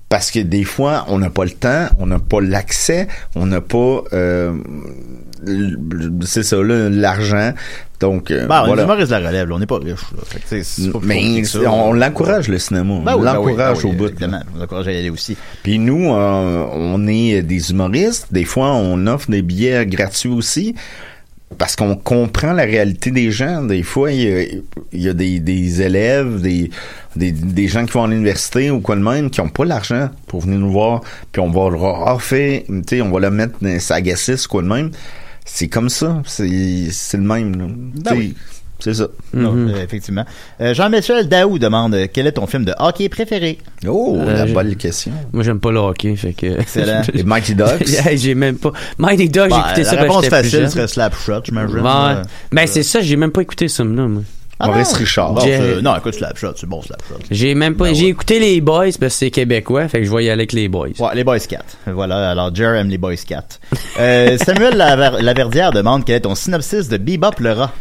S9: parce que des fois, on n'a pas le temps, on n'a pas l'accès, on n'a pas, euh, c'est ça, là, l'argent. Donc, euh,
S8: Bah,
S9: voilà.
S8: on est de la relève, là, on n'est pas riche. là. Fait que, tu sais, c'est pas plus compliqué
S9: Mais
S8: que ça.
S9: on l'encourage, le cinéma.
S8: Ben
S9: on
S8: oui, ben oui,
S9: l'encourage
S8: ben oui,
S9: au bout.
S8: évidemment. On l'encourage à y aller aussi.
S9: Puis nous, euh, on est des humoristes. Des fois, on offre des billets gratuits aussi. Parce qu'on comprend la réalité des gens. Des fois, il y a, il y a des, des élèves, des, des, des gens qui vont à l'université ou quoi de même, qui n'ont pas l'argent pour venir nous voir. Puis on va leur offrir, tu sais, on va le mettre dans sa gacisse, quoi de même. C'est comme ça. C'est c'est le même. là. Tu sais,
S8: oui.
S9: C'est ça.
S10: Mm-hmm.
S8: Non, euh, effectivement. Euh, Jean-Michel Daou demande euh, quel est ton film de hockey préféré?
S9: Oh,
S10: Euh,
S9: la
S10: j'ai-
S9: bonne question.
S10: Moi, j'aime pas le hockey, fait que.
S8: Excellent.
S9: Les Mighty Ducks.
S10: Hey, j'ai même pas. Mighty Ducks,
S8: Bah,
S10: j'ai écouté
S8: la
S10: ça quand
S8: réponse
S10: j'étais plus
S8: facile
S10: jeune.
S8: serait Slapshot, j'imagine.
S10: Ouais.
S8: Euh,
S10: ben, c'est ça, j'ai même pas écouté ce là moi.
S9: Maurice Richard.
S8: Bon,
S10: J'ai-
S8: c'est- non, écoute, Slapshot, c'est bon, Slapshot.
S10: J'ai même
S8: Ben
S10: pas. j'ai écouté les Boys parce que c'est québécois, fait que je voyais aller avec les Boys.
S8: Ouais, les Boys 4. Voilà, alors Jer aime les Boys 4. Euh, Samuel Laver- Laverdière demande quel est ton synopsis de Bebop le rat?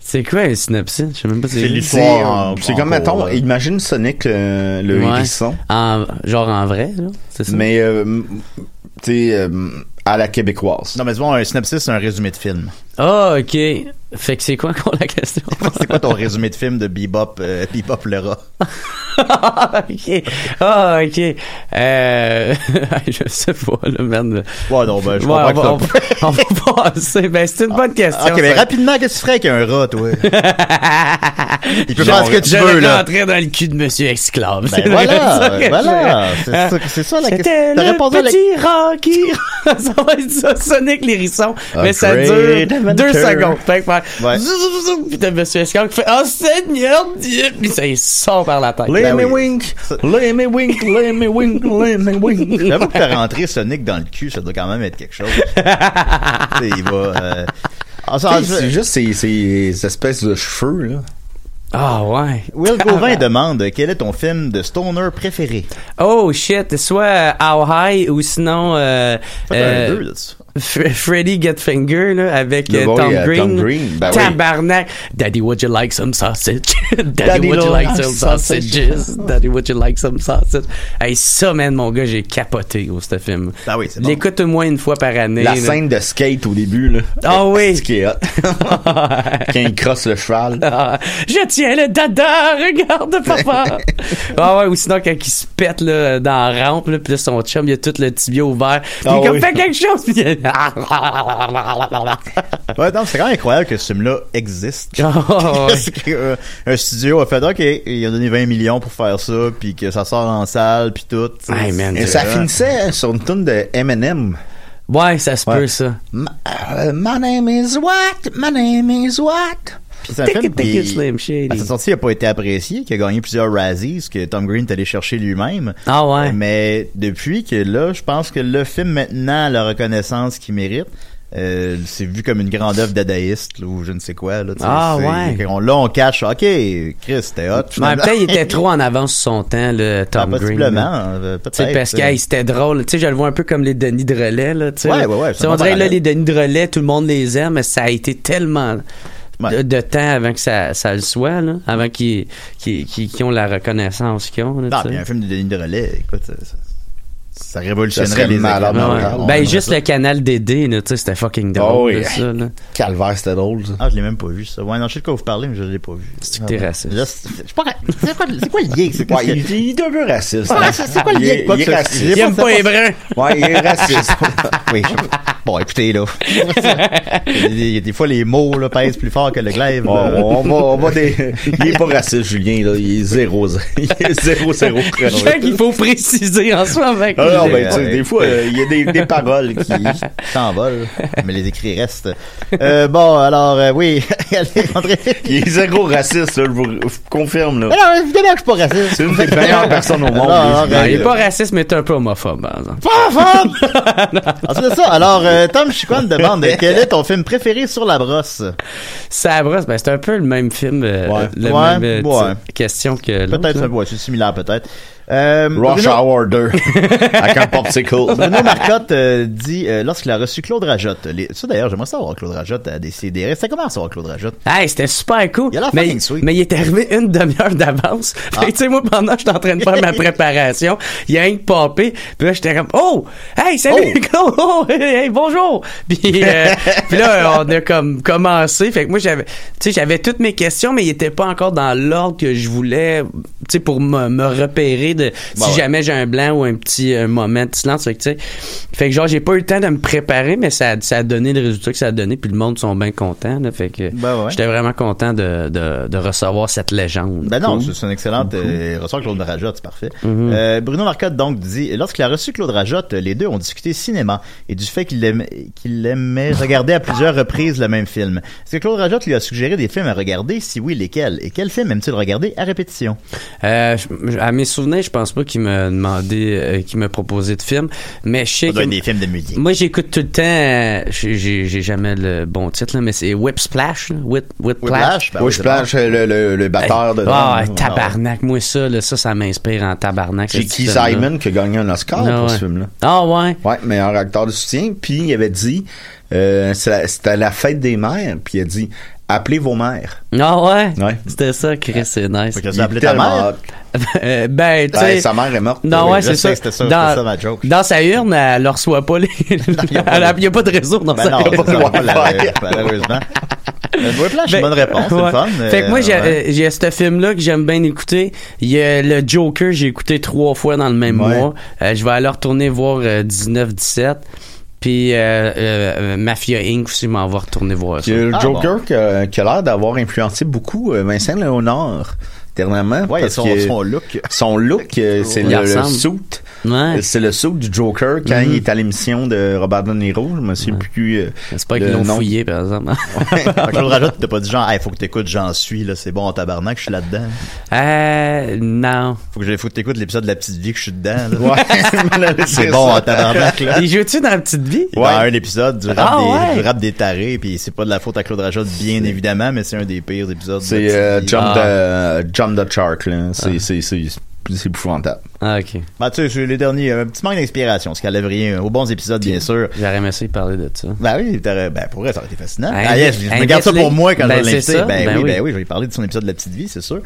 S10: C'est quoi un synopsis? Je sais même pas si
S9: C'est l'histoire. C'est comme, mettons, imagine Sonic le, le
S10: Ouais.
S9: hérisson.
S10: En- genre en vrai, là, c'est ça?
S9: Mais, euh, m- tu sais, euh, à la québécoise.
S8: Non, mais c'est bon, un synopsis, c'est un résumé de film.
S10: Ah, ok. Fait que c'est quoi encore la question?
S8: C'est quoi ton résumé de film de Bebop, euh, Bebop le rat?
S10: ok. Ah, ok. Euh... je sais pas, là, merde.
S8: Ouais, non, ben, je comprends
S10: Ouais,
S8: que
S10: on,
S8: t'as-
S10: va, on
S8: Ah,
S10: va- on va passer. Ben, c'est une bonne question.
S8: Ok, mais
S10: ça.
S8: rapidement, qu'est-ce que tu ferais avec un rat, toi? Il peut faire
S10: Genre,
S8: ce que tu
S10: je
S8: veux,
S10: vais
S8: là.
S10: rentrer dans le cul de Monsieur Exclave.
S8: Ben
S10: C'est
S8: voilà,
S10: ça que
S8: voilà.
S10: je-
S8: C'est ça que- c'est ça la
S10: C'était
S8: question. T'as
S10: le
S8: répondu à la-
S10: petit rat qui- ça va être ça, Sonic l'hérisson. Mais ça
S8: Great
S10: dure deux
S8: adventure.
S10: secondes. Fait que faire
S8: Ouais.
S10: zou, zou, zou, Puis t'as Monsieur Exclave qui fait Oh Seigneur Dieu! Puis ça, il sort par la tête.
S9: Let
S8: Ben
S9: me
S8: oui.
S9: wink, let me wink, let me wink, let me wink.
S8: J'avoue que t'as rentré Sonic dans le cul, ça doit quand même être quelque chose. Tu sais, il va. euh, en- en-
S9: Tu sais, C'est juste ces, ces espèces de cheveux, là.
S10: Ah ouais.
S8: Will Gauvin demande quel est ton film de stoner préféré.
S10: Oh shit, soit euh, How High ou sinon euh,
S8: Faites un
S10: euh,
S8: deux là-dessus.
S10: F- Freddy Getfinger là, avec
S9: Le
S10: euh,
S9: boy,
S10: Tom,
S9: euh,
S10: Green.
S9: Tom Green, ben oui.
S10: Tabarnak. Daddy, would you like some sausage? Daddy,
S9: Daddy,
S10: would you
S9: love
S10: like some
S9: sausage.
S10: sausages? Daddy, would you like some sausage? Hey, ça, man, mon gars, j'ai capoté au ce film.
S8: Ah oui, c'est bon.
S10: L'écoute au moins une fois par année.
S9: La
S10: là.
S9: scène de skate au début, là.
S10: Ah oui.
S9: Ce qui est hein. hot. Quand il crosse le cheval.
S10: Ah, je tiens le dada, regarde papa. ah ouais, ou sinon quand il se pète là, dans la rampe, là, puis là, son chum, il a tout le tibia ouvert. Puis il
S9: Ah
S10: est comme
S9: oui.
S10: fait quelque chose, puis il
S8: Ouais, non, c'est quand même incroyable que ce film-là existe.
S10: Ah, ouais.
S8: Parce que, euh, un studio a fait OK, il a donné 20 millions pour faire ça, puis que ça sort en salle, puis tout. tu sais.
S10: Hey, man,
S9: Et
S10: tu-
S9: ça finissait hein, sur une tune de Eminem.
S10: Ouais, ça se peut
S9: Ouais.
S10: ça.
S9: My, euh, my name is what? My name is what?
S8: Puis c'est un
S10: Take
S8: film
S10: it, take
S8: qui-
S10: it, Slim Shady.
S8: À sa Ben, sortie, il n'a pas été apprécié, qui a gagné plusieurs Razzies, que Tom Green est allé chercher lui-même. Euh,
S10: Ah ouais.
S8: Mais depuis que là, je pense que le film maintenant a la reconnaissance qu'il mérite. Euh, c'est vu comme une grande œuvre dadaïste là, ou je ne sais quoi. Là, tu sais,
S10: Ah,
S8: c'est-
S10: ouais.
S8: on- là, on cache. OK, Chris, c'était hot.
S10: Mais
S8: finalement.
S10: peut-être il était trop en avance sur son temps, le Tom
S8: Ah,
S10: Green.
S8: possiblement,
S10: là.
S8: euh,
S10: Tu sais,
S8: peut-être.
S10: parce que hey, c'était drôle. Tu sais, je le vois un peu comme les Denis de relais, là. tu sais.
S8: Ouais, ouais, ouais,
S10: Tu sais,
S8: c'est un
S10: on
S8: bon
S10: dirait que là,
S8: parallèle.
S10: les Denis de relais, tout le monde les aime, mais ça a été tellement
S8: Ouais.
S10: de, de temps avant que ça, ça le soit, là, avant qu'ils qu'ils- qu'ils- qu'ils ont la reconnaissance qu'ils ont. là,
S8: Non,
S10: tu sais.
S8: mais un film de Denis de Relais, écoute, ça, ça- ça révolutionnerait
S9: Ça serait
S8: les
S9: malade
S8: écrans. Ah
S9: mental.
S10: Ouais.
S9: on
S10: Ben,
S9: aimerait
S10: juste
S8: ça.
S10: le canal DD, là, tu sais, c'était fucking drôle,
S9: Oh, oui.
S10: là, ça, là.
S9: Calvaire, c'était drôle, ça.
S8: Ah, je l'ai même pas vu, ça. Ouais, non, je sais de quoi vous parlez, mais je l'ai pas vu. Ah, ben.
S10: C'est que t'es raciste.
S8: Là, c'est- c'est pas- c'est quoi, c'est quoi le lien? C'est
S9: Ouais,
S8: qu'est-ce que-
S9: il, il est un peu raciste.
S8: Ouais,
S9: hein.
S8: c'est- c'est quoi le
S9: Il
S8: lien?
S9: est-
S8: Quoi
S9: Il
S8: que
S9: est
S8: ça-
S9: raciste.
S8: Il
S10: Il aime
S8: pas-
S10: pas les bruns!
S9: Ouais, il est raciste.
S8: oui. je- Bon, écoutez, là. Il y a des fois, les mots, là, pèsent plus fort que le glaive.
S9: Bon,
S8: là.
S9: on va, on va des... Il est pas raciste, Julien, là. Il est zéro, zéro. Il est zéro, zéro.
S10: Je sais qu'il faut préciser en soi, mec.
S9: Ah, non,
S8: Julien,
S9: ben, tu sais,
S8: ouais.
S9: des fois, euh, il y a des, des paroles qui...
S8: T'envoles, mais les écrits restent. Euh, bon, alors, euh, oui, allez, André.
S9: Il est zéro raciste, là, je vous je vous confirme, là.
S8: Alors, évidemment que je suis pas raciste.
S9: C'est une des meilleures personnes au monde.
S8: Alors,
S9: les-
S10: Non, il
S8: euh,
S10: est pas raciste, mais t'es un peu homophobe, par exemple.
S8: Pas femme! Ensuite de Ah, ça, alors, euh, Tom Chiquan demande quel est ton film préféré sur la brosse?
S10: Ça brosse, ben c'est un peu le même film, euh,
S9: Ouais.
S10: le
S8: Ouais,
S10: même euh,
S8: ouais.
S10: type- question que l'autre,
S8: Peut-être,
S10: là.
S8: ouais, c'est similaire peut-être. Euh,
S9: Rush
S8: Bruno-
S9: Hour 2. Avec un popsicle.
S8: Bruno Marcotte euh, dit, euh, lorsqu'il a reçu Claude Rajotte, les- ça d'ailleurs, j'aimerais savoir Claude Rajotte euh, à décider. C'était comment ça, Claude Rajotte?
S10: Hey, c'était super cool.
S8: Il a l'air
S10: mais,
S8: fucking sweet. Ah.
S10: mais il est arrivé une demi-heure d'avance. Fait que, tu sais, moi, pendant que j'étais en train de faire ma préparation, il y a un popé. Puis là, j'étais comme, oh, hey, salut, Claude! Oh, hey, hey, bonjour. Puis, euh, puis là, on a comme commencé. Fait que moi, j'avais, tu sais, j'avais toutes mes questions, mais il était pas encore dans l'ordre que je voulais, tu sais, pour me, me repérer de
S8: Bah
S10: si
S8: ouais.
S10: jamais j'ai un blanc ou un petit euh, moment de silence. Fait que, tu sais, fait que genre, j'ai pas eu le temps de me préparer, mais ça, ça a donné le résultat que ça a donné. Puis le monde sont bien contents, là. Fait que,
S8: Ben ouais.
S10: J'étais vraiment content de, de, de recevoir cette légende.
S8: Ben non,
S10: Cool.
S8: c'est- c'est une excellente
S10: Cool.
S8: euh, ressort Claude Rajotte, c'est parfait.
S9: Mm-hmm.
S8: Euh, Bruno Marcotte donc dit lorsqu'il a reçu Claude Rajotte, les deux ont discuté cinéma et du fait qu'il aimait, qu'il aimait regarder à plusieurs reprises le même film. Est-ce que Claude Rajotte lui a suggéré des films à regarder Si oui, lesquels Et quel film aime-t-il regarder à répétition
S10: Euh, je- à mes souvenirs, je pense pas qu'il m'a demandé, euh, qu'il m'a proposé de films, mais je sais
S8: Ça doit
S10: que-
S8: être des films de musique.
S10: Moi, j'écoute tout le temps, euh, j'ai- j'ai j'ai jamais le bon titre, là, mais c'est Whip Splash, là. Whip, Whip Splash.
S9: Whip Splash, euh, le, le, le batteur ben, de. hein.
S10: Ah, ouais, tabarnak, moi, ça, là, ça, ça m'inspire en tabarnak. ce
S9: J'ai Keith
S10: film-là.
S9: Simon qui a gagné un Oscar
S10: Ah,
S9: pour
S10: ouais.
S9: ce film-là.
S10: Ah ouais?
S9: Ouais, meilleur acteur de soutien. Puis il avait dit, euh, c'est la- c'était la fête des mères, puis il a dit, appelez vos mères.
S10: Ah ouais?
S9: Ouais.
S10: C'était ça, Chris, c'est nice.
S9: que ça Il appelait ta tellement mère?
S10: Euh, ben, tu
S9: Ben,
S10: sais.
S9: sa mère est morte.
S10: Non,
S9: Oui,
S10: ouais,
S9: je
S10: c'est
S9: sais
S10: ça.
S9: que c'était ça,
S10: dans,
S9: c'était ça ma joke.
S10: dans sa urne, elle leur reçoit pas les. Il n'y a, pas de réseau dans
S8: Ben
S10: sa
S8: non,
S10: urne.
S8: ça, on l'a- malheureusement. Euh, Whiplash,
S10: Ben,
S8: bonne réponse, c'est
S10: ouais.
S8: le fun.
S10: Fait que
S8: euh,
S10: moi, j'ai
S8: ouais.
S10: euh, j'ai ce film-là que j'aime bien écouter. Il y a le Joker, j'ai écouté trois fois dans le même
S8: Ouais.
S10: mois. Euh, je vais aller retourner voir euh, 19-17. Puis euh, euh, Mafia Inc. aussi, m'en va retourner voir ça.
S9: Puis, euh, le Joker qui a, qui a l'air d'avoir influencé beaucoup euh, Vincent Léonard dernièrement.
S8: Ouais,
S9: parce
S8: son-
S9: que
S8: son look.
S9: Son look, euh, c'est
S10: Il
S9: le, le
S10: ressemble.
S9: suit.
S10: Ouais.
S9: C'est le suit du Joker quand
S10: Mhm.
S9: il est à l'émission de Robert De Niro. Je me suis plus. euh,
S10: J'espère qu'ils
S9: le
S10: l'ont
S9: nom.
S10: fouillé, par exemple.
S8: Claude Rajotte, t'as pas dit genre, hey, faut que t'écoutes, j'en suis, là, c'est bon, en tabarnak, je suis là-dedans.
S10: Euh, non.
S8: Faut que, j'ai- faut que t'écoutes l'épisode de la petite vie que je suis dedans, là.
S9: Ouais.
S8: c'est bon, en tabarnak, là.
S10: Il joue-tu dans la petite vie?
S8: Dans un épisode du rap,
S10: Ah,
S8: des,
S10: ouais.
S8: du rap des tarés, puis c'est pas de la faute à Claude Rajotte, bien évidemment, mais c'est un des pires épisodes. de
S9: C'est
S8: Petit
S9: euh,
S8: Pays.
S9: jump,
S8: Ah.
S9: the, euh, jump the Shark. là. C'est c'est- c'est- c'est épouvantable.
S10: Ah, ok.
S8: Bah, tu sais, c'est les derniers, un petit manque d'inspiration, ce qui enlève rien euh, aux bons épisodes, bien sûr.
S10: J'aurais aimé essayer de parler de ça.
S8: Ben oui, t'aurais- ben pour vrai, ça aurait été fascinant.
S10: Hein,
S8: Ah, yes, je
S10: hein,
S8: me garde ça
S10: Wesley.
S8: pour moi quand
S10: Ben,
S8: je vais
S10: c'est
S8: l'inviter.
S10: ça.
S8: Ben,
S10: Ben
S8: oui,
S10: oui.
S8: ben oui, je vais lui parler de son épisode de La Petite Vie, c'est sûr.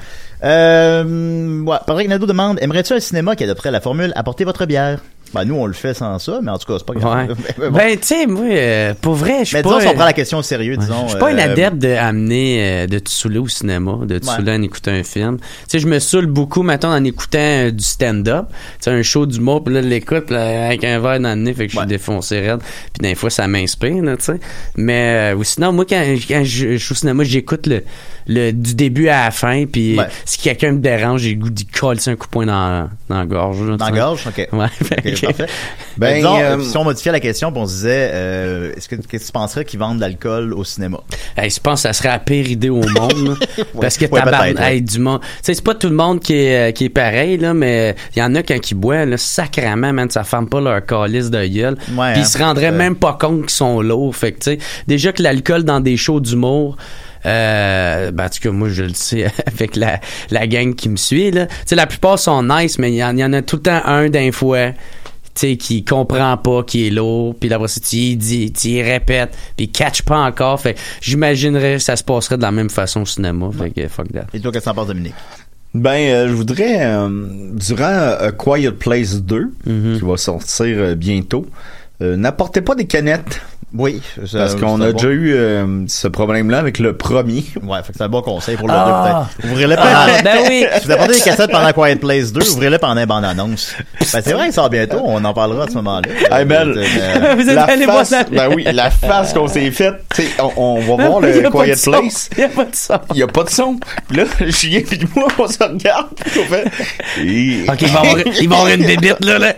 S8: Euh, ouais, Patrick Nadeau demande, aimerais-tu un cinéma qui adopterait la formule « Apportez votre bière » Ben nous, on le fait sans ça, mais en tout cas, c'est pas
S10: Ouais.
S8: grave. Mais bon.
S10: Ben, tu sais, moi, euh, pour vrai, je suis
S8: Mais
S10: pas.
S8: disons, si on
S10: euh,
S8: prend la question au sérieux, disons...
S10: Je suis pas un
S8: euh,
S10: adepte de amener euh, de te saouler au cinéma, de te
S8: Ouais.
S10: saouler en écoutant un film. Tu sais, je me saoule beaucoup maintenant en écoutant euh, du stand-up. Tu sais, un show d'humour, puis là, je l'écoute puis là, avec un verre dans le nez, fait que je suis défoncé raide. Puis des fois, ça m'inspire, là, tu sais. Mais euh, ou sinon, moi, quand, quand je, je suis au cinéma, j'écoute le, le- du début à la fin, puis
S8: Ouais.
S10: euh, si quelqu'un me dérange, j'ai le goût d'y coller un coup de poing dans, dans la gorge. là, tu
S8: Dans la
S10: sais.
S8: gorge, ok.
S10: Ouais, ben,
S8: Ok,
S10: fait que-
S8: parfait.
S9: Ben,
S8: Ben, disons,
S9: euh,
S8: si on modifiait la question, puis on se disait, euh, est-ce que, qu'est-ce que tu penserais qu'ils vendent de l'alcool au cinéma?
S10: Hey, je pense que ça serait la pire idée au monde. là. parce que
S8: Ouais,
S10: tabarn-
S8: peut-être, ouais.
S10: hey, du monde. Tu sais, c'est pas tout le monde qui est, euh, qui est pareil, là, mais il y en a quand qui boit, là, sacrament, man, ça ferme pas leur calice de gueule.
S8: Ouais,
S10: Puis
S8: hein,
S10: ils se rendraient
S8: euh,
S10: même pas compte qu'ils sont lourds. Fait que, tu sais, déjà que l'alcool dans des shows d'humour, euh, ben, en tout cas, moi, je le sais avec la, la gang qui me suit, là. Tu sais, la plupart sont nice, mais il y, en- il y en a tout le temps un d'un fois. Tu sais, qui comprend pas, qui est lourd, puis là, tu y dis, tu y répètes, puis il catch pas encore. Fait que j'imaginerais que ça se passerait de la même façon au cinéma. Fait que fuck that.
S8: Et toi, qu'est-ce que t'en penses, Dominique?
S9: Ben, euh, je voudrais, euh, durant euh, A Quiet Place 2,
S8: Mhm.
S9: qui va sortir euh, bientôt, euh, n'apportez pas des canettes.
S8: Oui,
S9: Parce
S8: c'est
S9: qu'on
S8: un
S9: a
S8: bon-
S9: déjà eu euh, ce problème-là avec le premier.
S8: Ouais, fait que c'est un bon conseil pour le
S9: Ah!
S8: deux, peut-être. Ouvrez-le pendant.
S9: Ah, ben
S10: oui.
S8: Si vous apportez des cassettes pendant Quiet Place 2, ouvrez-le pendant bande-annonce. Ben, c'est vrai, il sort bientôt, on en parlera à ce moment-là.
S9: Hey, Mel,
S8: Euh,
S10: Vous êtes
S9: la
S10: allé
S9: face-
S10: voir la-
S9: Ben oui, la face qu'on s'est faite. tu sais, On, on va voir
S10: Hein? Il y
S9: le
S10: a pas
S9: Quiet
S10: de son.
S9: Place.
S10: Il y a pas de son.
S9: Il n'y a pas de son. Puis là, Julien et moi, on se regarde. puis on fait...
S10: Ok, il va y avoir, il va y avoir une débite, là, là.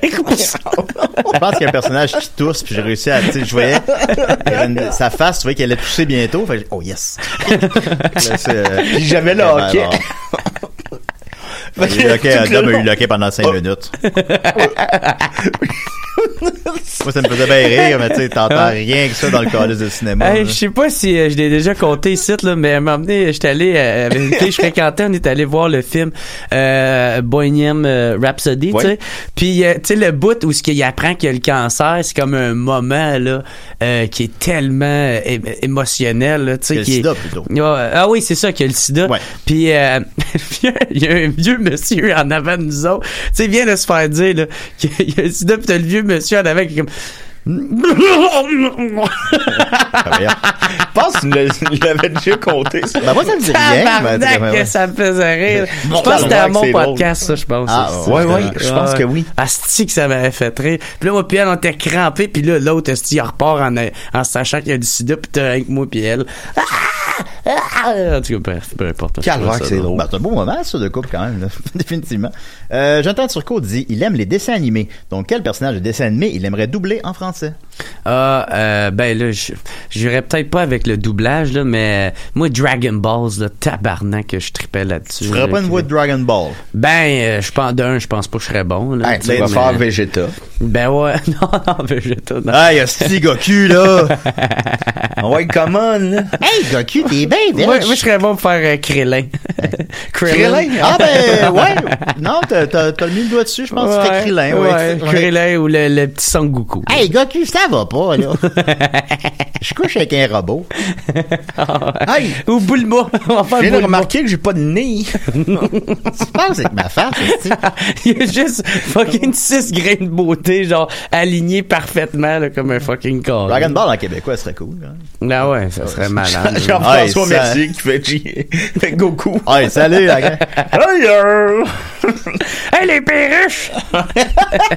S8: Je pense qu'il y a un personnage qui tousse, puis j'ai réussi à, tu sais, je voyais il y avait une- sa face, tu voyais qu'elle allait tousser bientôt. Fait que j'ai- oh yes. Là, c'est, euh,
S9: Puis j'avais le
S8: vraiment
S9: hockey.
S8: bon. Fait que,
S9: Tout
S8: ok,
S9: le
S8: Adam a eu
S9: long.
S8: le hockey pendant 5 minutes. Moi, ça me faisait bien rire, mais tu sais, t'entends rien que ça dans le calice de cinéma.
S10: Hey,
S8: là.
S10: je sais pas si euh, je l'ai déjà compté ici, là, mais à un moment donné, j'étais allé euh, avec une fille que je fréquentais, on est allé voir le film euh, Bohemian euh, Rhapsody, tu sais. Puis, euh, tu sais, le bout où ce qu'il apprend qu'il a le cancer, c'est comme un moment là euh, qui est tellement euh, é- émotionnel, là, tu sais.
S8: Que le
S10: qui est-
S8: sida, plutôt.
S10: Ouais, ouais. Ah oui, c'est ça, qu'il y a le sida. Puis, euh, il y a un vieux monsieur en avant de nous autres. Tu sais, il vient de se faire dire là, qu'il y a le sida, puis t'as le vieux monsieur en avant qui est comme...
S9: Je pense que tu nous l'avais déjà compté. ça.
S8: Ben, moi, ça me dit rien. mais tu sais, ouais,
S10: Tabarnak,
S8: ouais.
S10: que ça me faisait rire. Je pense que
S8: Tabarnak,
S10: c'était à
S8: ben,
S10: mon
S8: c'est drôle.
S10: podcast, ça, je pense.
S8: Ah,
S10: aussi.
S8: ouais, ouais, je pense que oui.
S10: Asti que ça m'avait fait rire. Puis là, moi puis elle, on était crampés. Puis là, l'autre, asti, il repart en, en sachant qu'il y a du sida. Puis t'es avec moi puis elle. Ah! Ah! En tout cas, bref, peu importe.
S8: Calvaire que c'est drôle. Ben,
S10: Ben,
S8: c'est un beau moment, ça, de couple, quand même, là. définitivement. Euh, Jonathan Turcot dit il aime les dessins animés. Donc, quel personnage de dessin animé il aimerait doubler en français
S10: Ah, euh, ben là, je- j'irais peut-être pas avec le doublage, là, mais euh, moi, Dragon Balls, là, tabarnak, que je tripais là-dessus.
S8: Tu ferais pas une voix de Dragon Ball.
S10: Ben, euh, je pense, d'un, je pense pas que je serais bon. Là,
S8: Hey,
S10: Tu
S8: ben,
S10: vois,
S8: tu vas
S10: mais-
S8: faire Vegeta.
S10: Ben ouais, non, non, Vegeta, non.
S8: Ah, il y a ce petit Goku, là. ouais, come on, là. Hey, Goku, t'es bien,
S10: Moi, moi, je serais bon pour faire euh, Krillin.
S8: Krillin? Ah, ben, ouais. Non, t'as- t'as t'as mis le doigt dessus, je pense. que C'était Krillin, ouais.
S10: ouais, Krillin ou le, le petit Sangoku.
S8: Hey, Goku, ça va pas, là. je couche avec un robot.
S10: Ah,
S8: Hey!
S10: Ou Bulma. On va faire
S9: Je viens de
S10: Bulma.
S9: remarquer que j'ai pas de nez.
S8: Tu penses avec ma face, tu sais.
S10: Il y a juste fucking 6 grains de beauté, genre, alignés parfaitement, là, comme un fucking corps.
S8: Dragon Ball en québécois serait cool. hein.
S10: Ah ouais, ça serait malade. Ah,
S9: Jean-François
S8: Hey, ça-
S9: Mercier qui fait, G- fait Goku.
S8: Hey, salut, la gang.
S9: Hey, euh.
S10: hey, les perruches!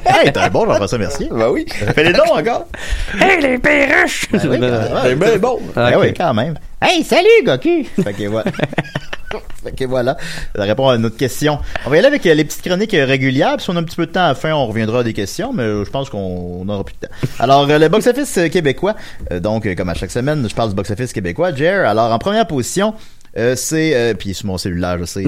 S8: hey, t'es un bon Jean-François Mercier.
S9: Ben oui. Fais les dons encore.
S10: Hey, les perruches!
S8: Ben oui, quand-
S9: C'est bien Eh bon.
S8: Ben
S10: Ok.
S8: oui, quand même. Hey, salut, Goku! fait que voilà. fait que voilà. Ça répond à notre question. On va y aller avec euh, les petites chroniques euh, régulières. Puis si on a un petit peu de temps à la fin, on reviendra à des questions, mais euh, je pense qu'on n'aura plus de temps. Alors, euh, le box-office euh, québécois. Euh, donc, euh, comme à chaque semaine, je parle du box-office québécois. Jer, alors, en première position... euh, c'est euh, puis sur mon cellulaire je sais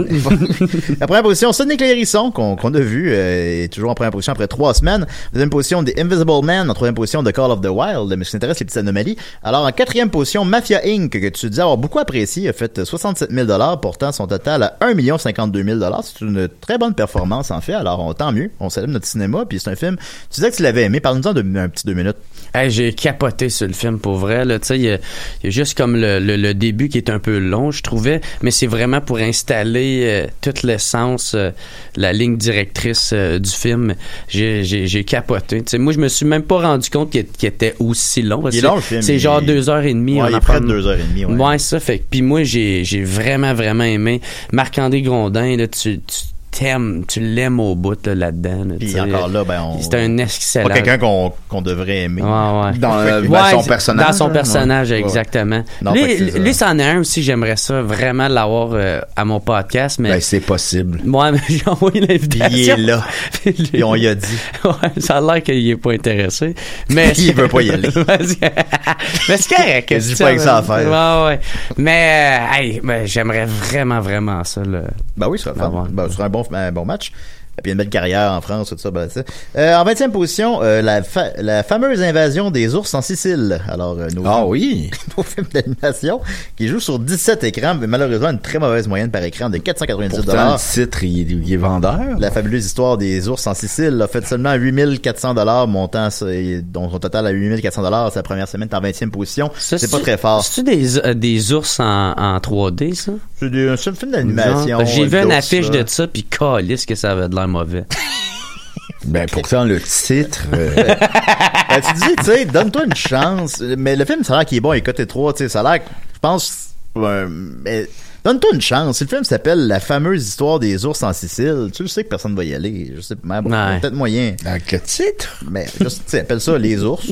S8: la première position Sonic l'hérisson qu'on qu'on a vu euh, est toujours en première position après trois semaines deuxième position The Invisible Man en troisième position The Call of the Wild mais ce qui intéresse les petites anomalies alors en quatrième position Mafia Inc que tu dis avoir beaucoup apprécié a fait 67 000 portant son total à 1 052 000 c'est une très bonne performance en fait alors on, tant mieux on célèbre notre cinéma puis c'est un film tu disais que tu l'avais aimé parle-nous-en de- un petit deux minutes
S10: Hey, j'ai capoté sur le film pour vrai. Là, Tu sais, il y, a- il y a juste comme le, le- le début qui est un peu long, je trouvais, mais c'est vraiment pour installer euh, toute l'essence, euh, la ligne directrice euh, du film. J'ai, j'ai- j'ai capoté. Tu sais, moi, je me suis même pas rendu compte qu'il, qu'il était aussi long. parce
S8: Il est
S10: que
S8: long, le film.
S10: C'est
S8: Il-
S10: genre deux heures et demie.
S8: Ouais,
S10: on
S8: il
S10: en
S8: est près de
S10: parle-
S8: deux heures et demie, ouais.
S10: Ouais, ça fait. que- Puis moi, j'ai, j'ai vraiment, vraiment aimé Marc-André Grondin. Là, tu, tu t'aimes, tu l'aimes au bout là, là-dedans. là, tu
S8: puis
S10: sais.
S8: encore là ben on
S10: C'est un excellent.
S8: pas quelqu'un qu'on qu'on devrait aimer
S10: Ouais, ouais.
S9: Dans, euh,
S10: Ouais,
S9: dans son
S10: c'est-
S9: personnage.
S10: Dans
S8: hein,
S10: son
S9: là.
S10: personnage,
S9: Ouais.
S10: exactement.
S9: Non, pas
S10: lui,
S9: que c'est ça.
S10: lui, c'en est un aussi, j'aimerais ça vraiment l'avoir euh, à mon podcast, mais.
S9: Ben, c'est possible.
S10: moi, j'ai envoyé l'invitation.
S8: Puis il est là.
S10: Puis lui-
S8: Puis on y a dit.
S10: Ouais, ça a l'air qu'il est pas intéressé. Mais
S8: Il veut pas y aller.
S10: Parce que- mais c'est correct.
S8: Il dit
S10: c'est
S8: pas que ça à faire.
S10: Ouais, ouais. Mais, euh, hey, ben, j'aimerais vraiment, vraiment ça. Là.
S8: Ben oui, ce serait le fun.
S10: Ah ouais.
S8: Ben, ce serait un bon, un bon match. Et puis une belle carrière en France, tout ça. ben, c'est- Euh, en 20e position, euh, la, fa- la fameuse invasion des ours en Sicile. Alors, euh, nos
S9: Ah
S8: films-
S9: oui.
S8: nos films d'animation qui joue sur 17 écrans, mais malheureusement une très mauvaise moyenne par écran de 490
S9: Pourtant, le titre, il, il est vendeur.
S8: La fabuleuse histoire des ours en Sicile a fait seulement 8400 dollars, montant ce- dont son total à 8400 dollars sa première semaine est en 20e position.
S10: Ça,
S8: C'est pas très fort.
S10: C'est-tu des, euh, des ours en, en 3D, ça?
S8: C'est des- c'est un film d'animation.
S10: Genre, ben, J'ai vu une
S8: d'ours,
S10: affiche
S8: là.
S10: de ça, puis calisse que ça avait de l'air mauvais.
S9: Ben, pourtant, le titre. euh,
S8: Ben, tu dis, tu sais, donne-toi une chance. Mais le film, ça a l'air qu'il est bon, il est coté 3, tu sais, ça a l'air, que- je pense, euh, mais donne-toi une chance. Si le film s'appelle La fameuse histoire des ours en Sicile, tu sais que personne va y aller. Je sais pas, mais bon,
S10: Ouais.
S8: peut-être moyen.
S9: Avec le titre?
S8: Mais juste, tu sais, appelle ça les ours.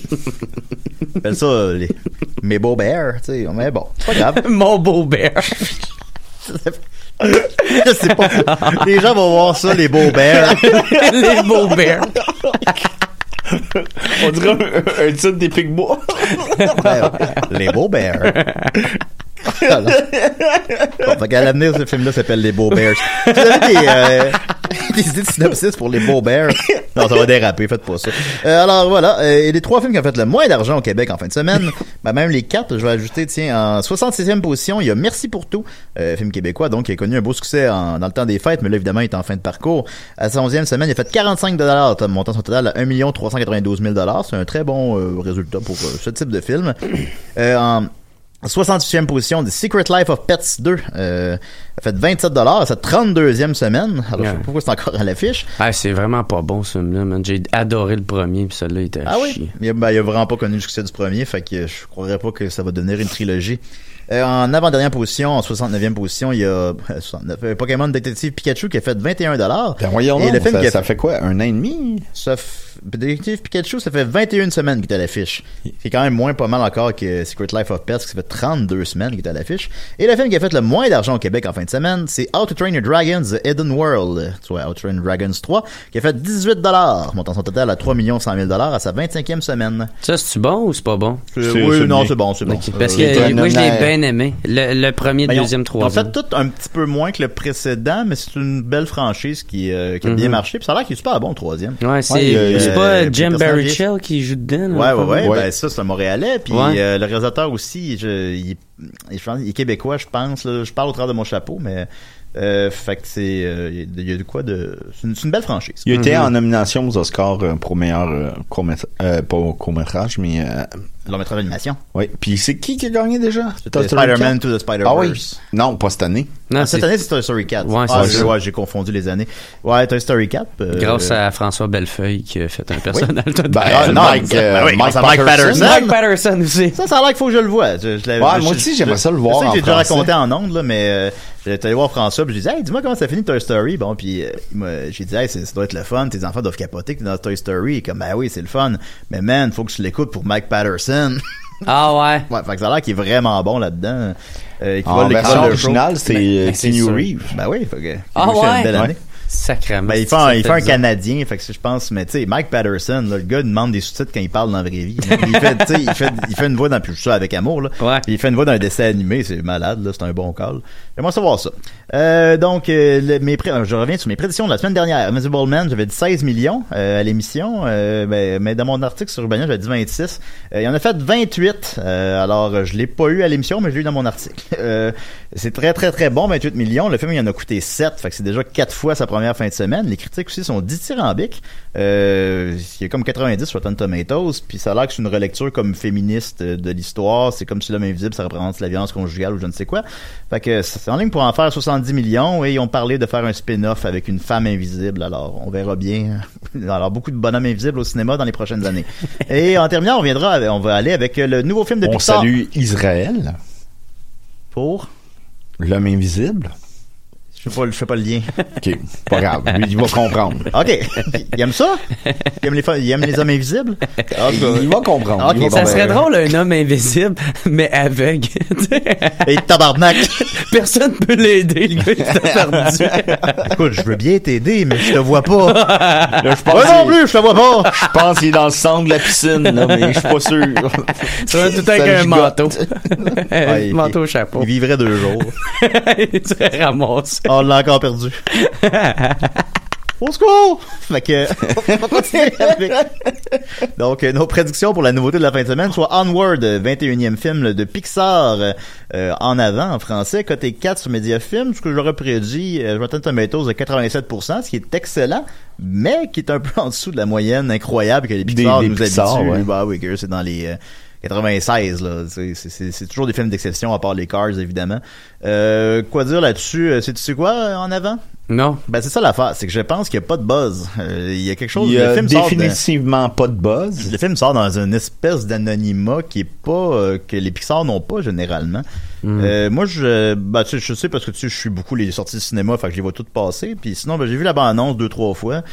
S8: appelle ça euh, les, mes beaux bears, tu sais. Mais bon, c'est pas grave.
S10: Mon beau bear.
S8: Je sais pas. Les gens vont voir ça, les beaux bears.
S10: Les beaux bears.
S9: on dirait un, un titre des Pigbois.
S8: Ben, les beaux bears. Alors. Bon, fait qu'à l'avenir, ce film-là s'appelle Les Beaux Bears. Vous avez des, euh, des idées de synopsis pour les beaux bears. Non, ça va déraper, faites pas ça. Euh, alors voilà, euh, et les trois films qui ont fait le moins d'argent au Québec en fin de semaine, ben, même les quatre, je vais ajouter, tiens, en 66e position, il y a Merci pour tout, euh, film québécois, donc qui a connu un beau succès en- dans le temps des fêtes, mais là évidemment il est en fin de parcours. À sa 11e semaine, il a fait 45 dollars, montant son total à 1 392 000 dollars. C'est un très bon euh, résultat pour euh, ce type de film. Euh, en 68e position, The Secret Life of Pets 2 euh, a fait 27 dollars, sa 32e semaine. Alors je sais pas pourquoi c'est encore à l'affiche.
S10: Ah, c'est vraiment pas bon ce film-là, man. J'ai adoré le premier, puis celui-là il était
S8: Ah
S10: à
S8: oui?
S10: chier.
S8: Il, a- ben, il a vraiment pas connu le succès du premier, fait que je croirais pas que ça va devenir une trilogie. Euh, en avant-dernière position, en 69e position, il y a euh, 69, euh, Pokémon Détective Pikachu qui a fait 21 dollars.
S9: Ben, voyons
S8: Et
S9: donc,
S8: le film
S9: ça-
S8: qui a
S9: ça fait quoi, un an et demi?
S8: Ça f- Détective Pikachu, ça fait 21 semaines qu'il est à l'affiche. C'est quand même moins pas mal encore que Secret Life of Pets, qui fait 32 semaines qu'il est à l'affiche. Et le film qui a fait le moins d'argent au Québec en fin de semaine, c'est How to Train Your Dragons The Hidden World, soit How to Train Your Dragons 3, qui a fait 18 montant son total à 3 100 000 à sa 25e semaine.
S10: Ça, c'est-tu bon ou c'est pas bon?
S8: C'est- oui, c'est non, bien. c'est bon, c'est bon.
S10: Ok, Parce
S8: Euh,
S10: que
S8: il était
S10: moi, je l'ai
S8: nommé-
S10: bien aimé. Le, le premier,
S8: Ben, ils ont-
S10: deuxième,
S8: ils ont
S10: troisième.
S8: fait tout un petit peu moins que le précédent, mais c'est une belle franchise qui, euh, qui a bien
S10: Mhm.
S8: marché. Puis ça a l'air qu'il est super bon, le troisième.
S10: Ouais, c'est
S8: il y a-
S10: c'est
S8: euh,
S10: pas
S8: le
S10: Jim
S8: personnage
S10: Barry
S8: vieillit.
S10: qui joue dedans.
S8: Ouais,
S10: là,
S8: ouais, ouais,
S10: comme-
S8: ben ça, c'est un Montréalais. Puis
S10: Ouais.
S8: euh, le réalisateur aussi, je, il, il- je pense- il est québécois, je pense. là. je parle au travers de mon chapeau, mais. euh, fait que c'est. euh, Il y a de quoi de. C'est une, c'est une belle franchise.
S9: Il était
S8: Mhm.
S9: en nomination aux Oscars euh, pour meilleur euh, court-métra- euh, pas court-métrage, mais... euh,
S8: Long métrage d'animation.
S9: Oui, puis c'est qui qui a gagné déjà?
S8: C'était
S9: Toy Story 4?
S8: Spider-Man to the
S9: Ah oui?
S8: Spider-Verse.
S9: Non, pas cette année.
S8: Ah, cette année, c'est Toy Story 4.
S10: Ouais,
S8: ah,
S10: c'est
S8: j'ai
S10: ça.
S8: ouais, j'ai confondu les années. Ouais, Toy Story 4. euh,
S10: Grâce à François Bellefeuille qui a fait un personnage de
S8: Ben,
S9: Ah,
S8: euh, non, Mike, euh,
S10: Ben oui,
S8: Mike
S10: grâce à
S8: Patterson.
S10: Mike Patterson aussi.
S8: Ça, ça a l'air qu'il faut que je le voie. Je- je l'avais-
S9: Ouais,
S8: je-
S9: moi aussi,
S8: je-
S9: j'aimerais ça le
S8: je
S9: voir
S8: sais que
S9: en
S8: J'ai déjà
S9: français.
S8: raconté en ondes, là, mais euh, j'étais allé voir François, puis je lui ai dit, hey, dis-moi comment ça finit Toy Story. Bon, puis euh, il m'a- j'ai dit, hey, c'est- ça doit être le fun, tes enfants doivent capoter que t'es dans Toy Story. Et comme, ben oui, c'est le fun, mais man, faut que tu l'écoutes pour Mike Patterson.
S10: Ah ouais?
S8: Ouais, fait que ça a l'air qu'il est vraiment bon là-dedans. Euh, qu'il
S9: En
S8: vole les
S9: version
S8: couleurs de
S9: originale,
S8: show.
S9: c'est,
S8: Ben,
S9: euh,
S8: ben, c'est
S9: Keanu
S8: sûr.
S9: Reeves.
S8: Ben oui, fait que-
S10: Ah
S8: il a eu une
S10: ouais?
S8: belle année.
S10: Ouais. Sacrément.
S8: Ben, il
S10: c'est
S8: fait un, il
S10: ça
S8: fait un
S10: bizarre.
S8: Canadien, fait que je pense, mais tu sais, Mike Patterson, là, le gars, il demande des sous-titres quand il parle dans la vraie vie. Il fait, tu sais, il fait, il fait une voix dans plus ça avec amour, là. Puis Il fait une voix dans un dessin animé, c'est malade, là, c'est un bon call. J'aimerais savoir ça. Euh, donc, euh, le- mes pré- je reviens sur mes prédictions de la semaine dernière. Invisible Man, j'avais dit 16 millions euh, à l'émission, euh, ben, mais dans mon article sur Urbania, j'avais dit 26. Euh, il en a fait 28, euh, alors euh, je l'ai pas eu à l'émission, mais je l'ai eu dans mon article. Euh, c'est très, très, très bon, 28 millions. Le film, il en a coûté 7, fait que c'est déjà 4 fois sa première fin de semaine. Les critiques aussi sont dithyrambiques. Euh, il y a comme 90 sur Rotten Tomatoes, puis ça a l'air que c'est une relecture comme féministe euh, de l'histoire. C'est comme si l'homme invisible, ça représente la violence conjugale ou je ne sais quoi. Fait que c'est en ligne pour en faire 70 millions et ils ont parlé de faire un spin-off avec une femme invisible. Alors, on verra bien. Alors, beaucoup de bonhommes invisibles au cinéma dans les prochaines années. Et en terminant, on viendra, avec- on va aller avec euh, le nouveau film de
S9: On
S8: Pixar.
S9: salue Israël.
S8: Pour?
S9: L'homme invisible.
S8: Je fais pas, le- je fais pas le lien.
S9: OK, pas grave. Lui, il va comprendre.
S8: OK. Il aime ça? Il aime les, fa- il aime les hommes invisibles?
S9: Il va comprendre.
S8: Ok,
S9: Il
S10: Ça
S9: va comprendre.
S8: ben,
S10: serait drôle, un homme invisible, mais aveugle.
S8: Et tabarnak!
S10: Personne peut l'aider, le gars, il est perdu.
S8: Écoute, je veux bien t'aider, mais je te vois pas.
S9: Là, je pense
S8: Moi
S9: qu'il-
S8: non plus, je te vois pas!
S9: Je pense qu'il est dans le centre de la piscine, là, mais je suis pas sûr.
S10: Ça va tout avec
S9: Ça
S10: un
S9: gigote.
S10: manteau.
S8: Ouais, il-
S10: manteau au chapeau.
S8: Il vivrait deux jours.
S10: il serait ramassé.
S8: Ah, on l'a encore perdu. Au secours! Fait que, on va continuer avec. Donc, euh, nos prédictions pour la nouveauté de la fin de semaine, soit Onward, euh, 21e film là, de Pixar, euh, euh, en avant, en français, côté 4 sur Mediafilm, ce que j'aurais prédit, euh, Rotten Tomatoes de 87%, ce qui est excellent, mais qui est un peu en dessous de la moyenne incroyable que les Pixar
S9: des
S8: nous
S9: Pixar,
S8: habituent.
S9: ouais.
S8: Bah oui, que c'est dans les euh, 96, là. C'est- c'est- C'est c'est toujours des films d'exception, à part les Cars, évidemment. Euh, quoi dire là-dessus? Euh, C'est-tu quoi, euh, en avant?
S10: Non.
S8: Ben, c'est ça l'affaire. C'est que je pense qu'il n'y a pas de buzz. Euh, Il y a quelque chose...
S9: Il y a
S8: le film sort de-
S9: définitivement pas de buzz.
S8: le film sort dans une espèce d'anonymat qui est pas euh, que les Pixar n'ont pas généralement.
S9: Hmm.
S8: Euh, moi, je, bah, tu sais, ben, je sais parce que tu sais, je suis beaucoup les sorties de cinéma, fait que je les vois toutes passer. Puis sinon, ben, j'ai vu la bande annonce deux trois fois.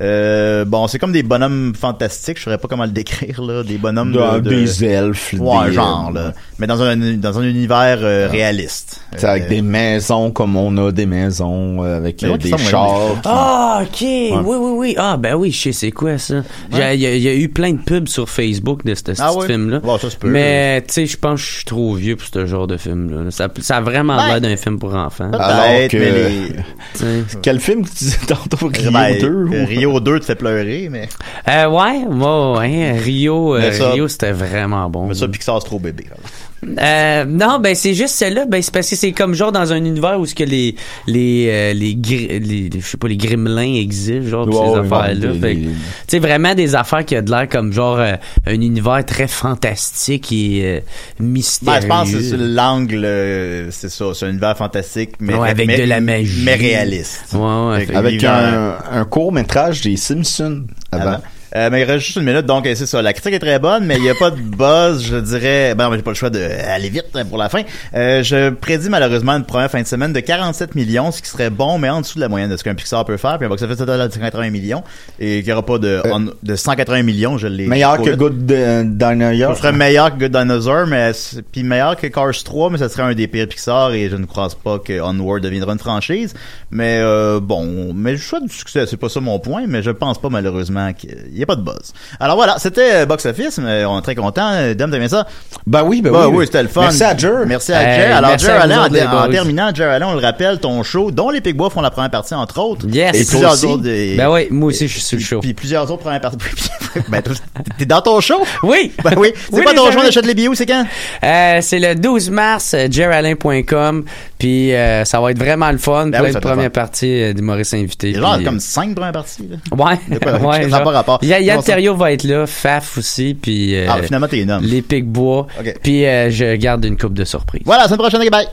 S8: Euh, bon, c'est comme des bonhommes fantastiques, je saurais pas comment le décrire là, des bonhommes
S9: De-
S8: de, de-
S9: des elfes,
S8: ouais,
S9: des- euh, Ah.
S8: genre euh, là, mais dans un dans un univers euh, réaliste. Euh,
S9: C'est avec des maisons comme on a des maisons euh, avec
S10: Mais
S9: euh,
S10: ouais, qui sont-
S9: des chars.
S10: Ah, ok. Oui, oui, oui. Ah, ben oui, je sais c'est quoi ça. J'ai- Il y, a- il y a eu plein de pubs sur Facebook de ce ce
S8: Ah
S10: petit
S8: ouais?
S10: film-là.
S8: Bon, ça se peut.
S10: Mais, tu sais, je pense que je suis trop vieux pour ce genre de film-là. Ça, ça a vraiment
S8: Ben,
S10: l'air d'un film pour enfants.
S8: Ah. Alors que- mais les-
S9: Quel film que tu disais tantôt Rio
S8: Ben,
S9: 2 ou-
S8: euh, Rio 2 te fait pleurer mais
S10: Euh, ouais, ouais, ouais. Rio, euh,
S8: Mais ça-
S10: Rio c'était vraiment bon.
S8: mais ça Pixar c'est trop bébé. là.
S10: Euh, non, ben c'est juste celle-là, ben c'est parce que c'est comme genre dans un univers où ce que les les euh, les, gri- les- je sais pas les gremlins existent genre pis
S9: Ouais,
S10: ces
S9: ouais,
S10: affaires-là.
S9: ouais,
S10: Fait que,
S9: les-
S10: tu sais vraiment des affaires qui a de l'air comme genre euh, un univers très fantastique et euh, mystérieux.
S8: Ben, je pense que c'est sur l'angle, euh, c'est ça, c'est un univers fantastique, mais
S10: Ouais, avec
S8: mais-
S10: de la magie.
S8: mais réaliste.
S10: Ouais, ouais, fait que-
S9: Avec un, un court métrage des Simpsons avant.
S8: Avant. Euh, mais il reste juste une minute, donc euh, c'est ça. La critique est très bonne, mais il n'y a pas de buzz, je dirais. Ben, non, mais j'ai pas le choix d'aller vite hein, pour la fin. Euh, je prédis malheureusement une première fin de semaine de 47 millions, ce qui serait bon, mais en dessous de la moyenne de ce qu'un Pixar peut faire. Puis un box-office total de 180 millions, et qu'il n'y aura pas de, on- de 180 millions, je l'ai.
S9: Meilleur
S8: trop
S9: que
S8: vite.
S9: Good euh, Dinosaur.
S8: Je ferais meilleur que Good Dinosaur, mais c'est- puis meilleur que Cars 3, mais ça serait un des pires Pixar et je ne crois pas que Onward deviendra une franchise. Mais euh, bon, mais le choix du succès, c'est pas ça mon point, mais je pense pas malheureusement qu'il n'y a pas de buzz. Alors voilà, c'était euh, Box Office, mais on est très content. euh, Dame, t'aimais ça?
S9: Ben oui, ben
S8: Bah
S9: oui.
S8: oui, c'était le fun.
S9: Merci à Jer.
S8: Merci à
S9: Hey,
S8: Jer. Alors
S9: merci
S8: Jer,
S9: à
S8: Allen,
S9: vous
S8: en,
S9: autres, les
S8: en
S9: boys.
S8: terminant, Jer, Allen, on le rappelle, ton show, dont les Pigbois font la première partie entre autres.
S10: Yes.
S8: Et
S10: Et toi
S8: plusieurs
S10: aussi.
S8: autres. des-
S10: Ben oui, moi aussi je suis sur le show.
S8: puis plusieurs autres premières parties. ben, toi, t'es dans ton show?
S10: Oui.
S8: Ben oui. C'est
S10: Oui,
S8: quoi ton
S10: les
S8: show? On
S10: amis.
S8: achète les billets où? C'est quand?
S10: Euh, c'est le 12 mars, euh, jeralin.com. Puis euh, ça va être vraiment le fun.
S8: Ben
S10: plein
S8: oui, ça
S10: de
S8: va être
S10: premières parties euh, d'humoristes invités.
S8: Il y a genre
S10: puis,
S8: comme
S10: euh,
S8: cinq premières parties. Là.
S10: Ouais,
S8: De quoi,
S10: ouais,
S8: ça n'a
S10: genre.
S8: pas rapport.
S10: Y a- Yann
S8: Non, ça-
S10: Terriot va être là, Faf aussi, puis euh,
S8: Ah, ben, Ah, finalement, t'es une homme.
S10: les Picbois. Puis euh, je garde une coupe de surprise.
S8: Voilà, à la semaine prochaine, bye.